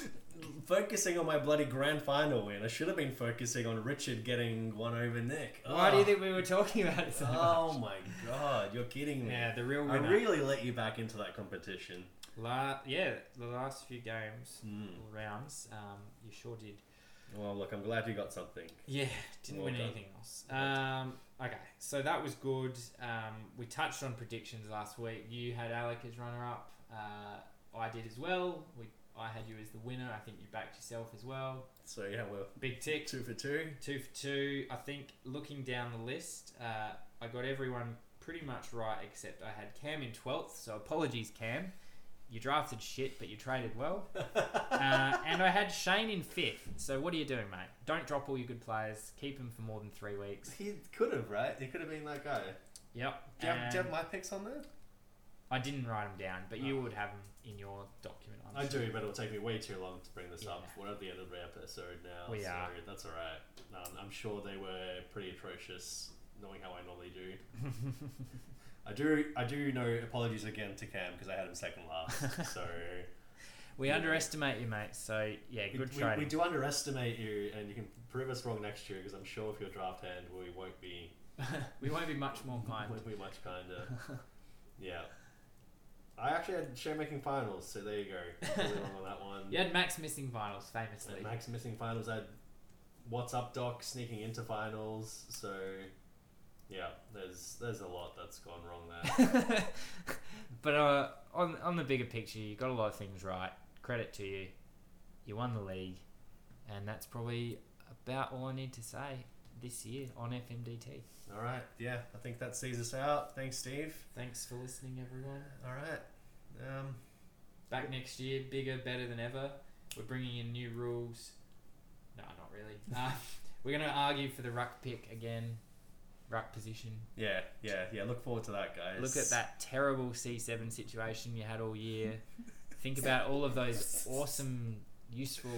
Speaker 3: focusing on my bloody grand final win, I should have been focusing on Richard getting one over Nick.
Speaker 2: Why do you
Speaker 3: Oh.
Speaker 2: think we were talking about it so
Speaker 3: Oh
Speaker 2: much?
Speaker 3: my god, you're kidding me.
Speaker 2: Yeah, the real
Speaker 3: I
Speaker 2: winner.
Speaker 3: really let you back into that competition.
Speaker 2: La- yeah, the last few games,
Speaker 3: Mm.
Speaker 2: rounds, um, you sure did.
Speaker 3: Well, look, I'm glad you got something.
Speaker 2: Yeah, didn't
Speaker 3: Well
Speaker 2: win
Speaker 3: done.
Speaker 2: anything else. Um, okay, so that was good. Um, we touched on predictions last week. You had Alec as runner up. Uh, I did as well. We, I had you as the winner. I think you backed yourself as well.
Speaker 3: So yeah, we're
Speaker 2: Big tick.
Speaker 3: two for two.
Speaker 2: Two for two. I think looking down the list, uh, I got everyone pretty much right except I had Cam in 12th, so apologies, Cam. You drafted shit, but you traded well. uh, and I had Shane in 5th. So what are you doing, mate? Don't drop all your good players. Keep them for more than three weeks.
Speaker 3: He could have, right? He could have been that guy.
Speaker 2: Yep.
Speaker 3: Do you, have, do you have
Speaker 2: and
Speaker 3: my picks on there?
Speaker 2: I didn't write them down, but you would have them in your document. I'm
Speaker 3: I
Speaker 2: sure.
Speaker 3: do, but it'll take me way too long to bring this up.
Speaker 2: Yeah.
Speaker 3: We're at the end of the episode now,
Speaker 2: We
Speaker 3: so
Speaker 2: are.
Speaker 3: that's all right. Um, I'm sure they were pretty atrocious, knowing how I normally do. I do, I do know. Apologies again to Cam because I had him second last. so
Speaker 2: We
Speaker 3: Yeah.
Speaker 2: underestimate you, mate. So yeah,
Speaker 3: we,
Speaker 2: good
Speaker 3: we-
Speaker 2: trading.
Speaker 3: we do underestimate you, and you can prove us wrong next year because I'm sure if your draft hand, we won't be
Speaker 2: we won't be much more kind.
Speaker 3: won't be much kinder. yeah. I actually had share making finals, so there you go. Completely wrong on that one.
Speaker 2: You had Max missing finals, famously.
Speaker 3: And Max missing finals. I had what's up, Doc sneaking into finals. So yeah, there's there's a lot that's gone wrong there.
Speaker 2: but uh, on on the bigger picture, you got a lot of things right. Credit to you. You won the league, and that's probably about all I need to say this year on FMDT.
Speaker 3: All right, yeah, I think that sees us out. Thanks, Steve.
Speaker 2: Thanks for listening, everyone.
Speaker 3: All right, um,
Speaker 2: Back next year, bigger, better than ever. We're bringing in new rules. No, not really. Uh, we're going to argue for the ruck pick again, ruck position.
Speaker 3: yeah, yeah, yeah. Look forward to that, guys.
Speaker 2: Look at that terrible C7 situation you had all year. Think about all of those awesome, useful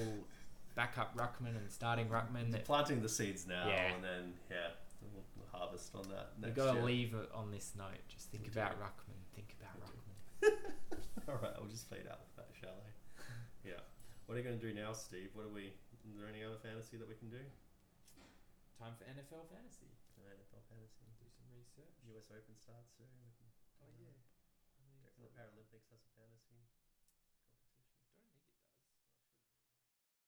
Speaker 2: backup ruckman and starting ruckman
Speaker 3: We're
Speaker 2: that
Speaker 3: planting the seeds now,
Speaker 2: Yeah.
Speaker 3: and then yeah, we'll we'll harvest on that
Speaker 2: we've
Speaker 3: next
Speaker 2: got to
Speaker 3: year.
Speaker 2: leave it on this note. Just think about ruckman. Think about ruckman.
Speaker 3: All right, I'll just fade out with that, shall I? yeah. What are you going to do now, Steve? What are we? Is there any other fantasy that we can do?
Speaker 2: Time for NFL fantasy.
Speaker 3: NFL fantasy.
Speaker 2: Do some research.
Speaker 3: US Open starts soon. We can
Speaker 2: Oh,
Speaker 3: yeah.
Speaker 2: yeah.
Speaker 3: Paralympics has a fantasy.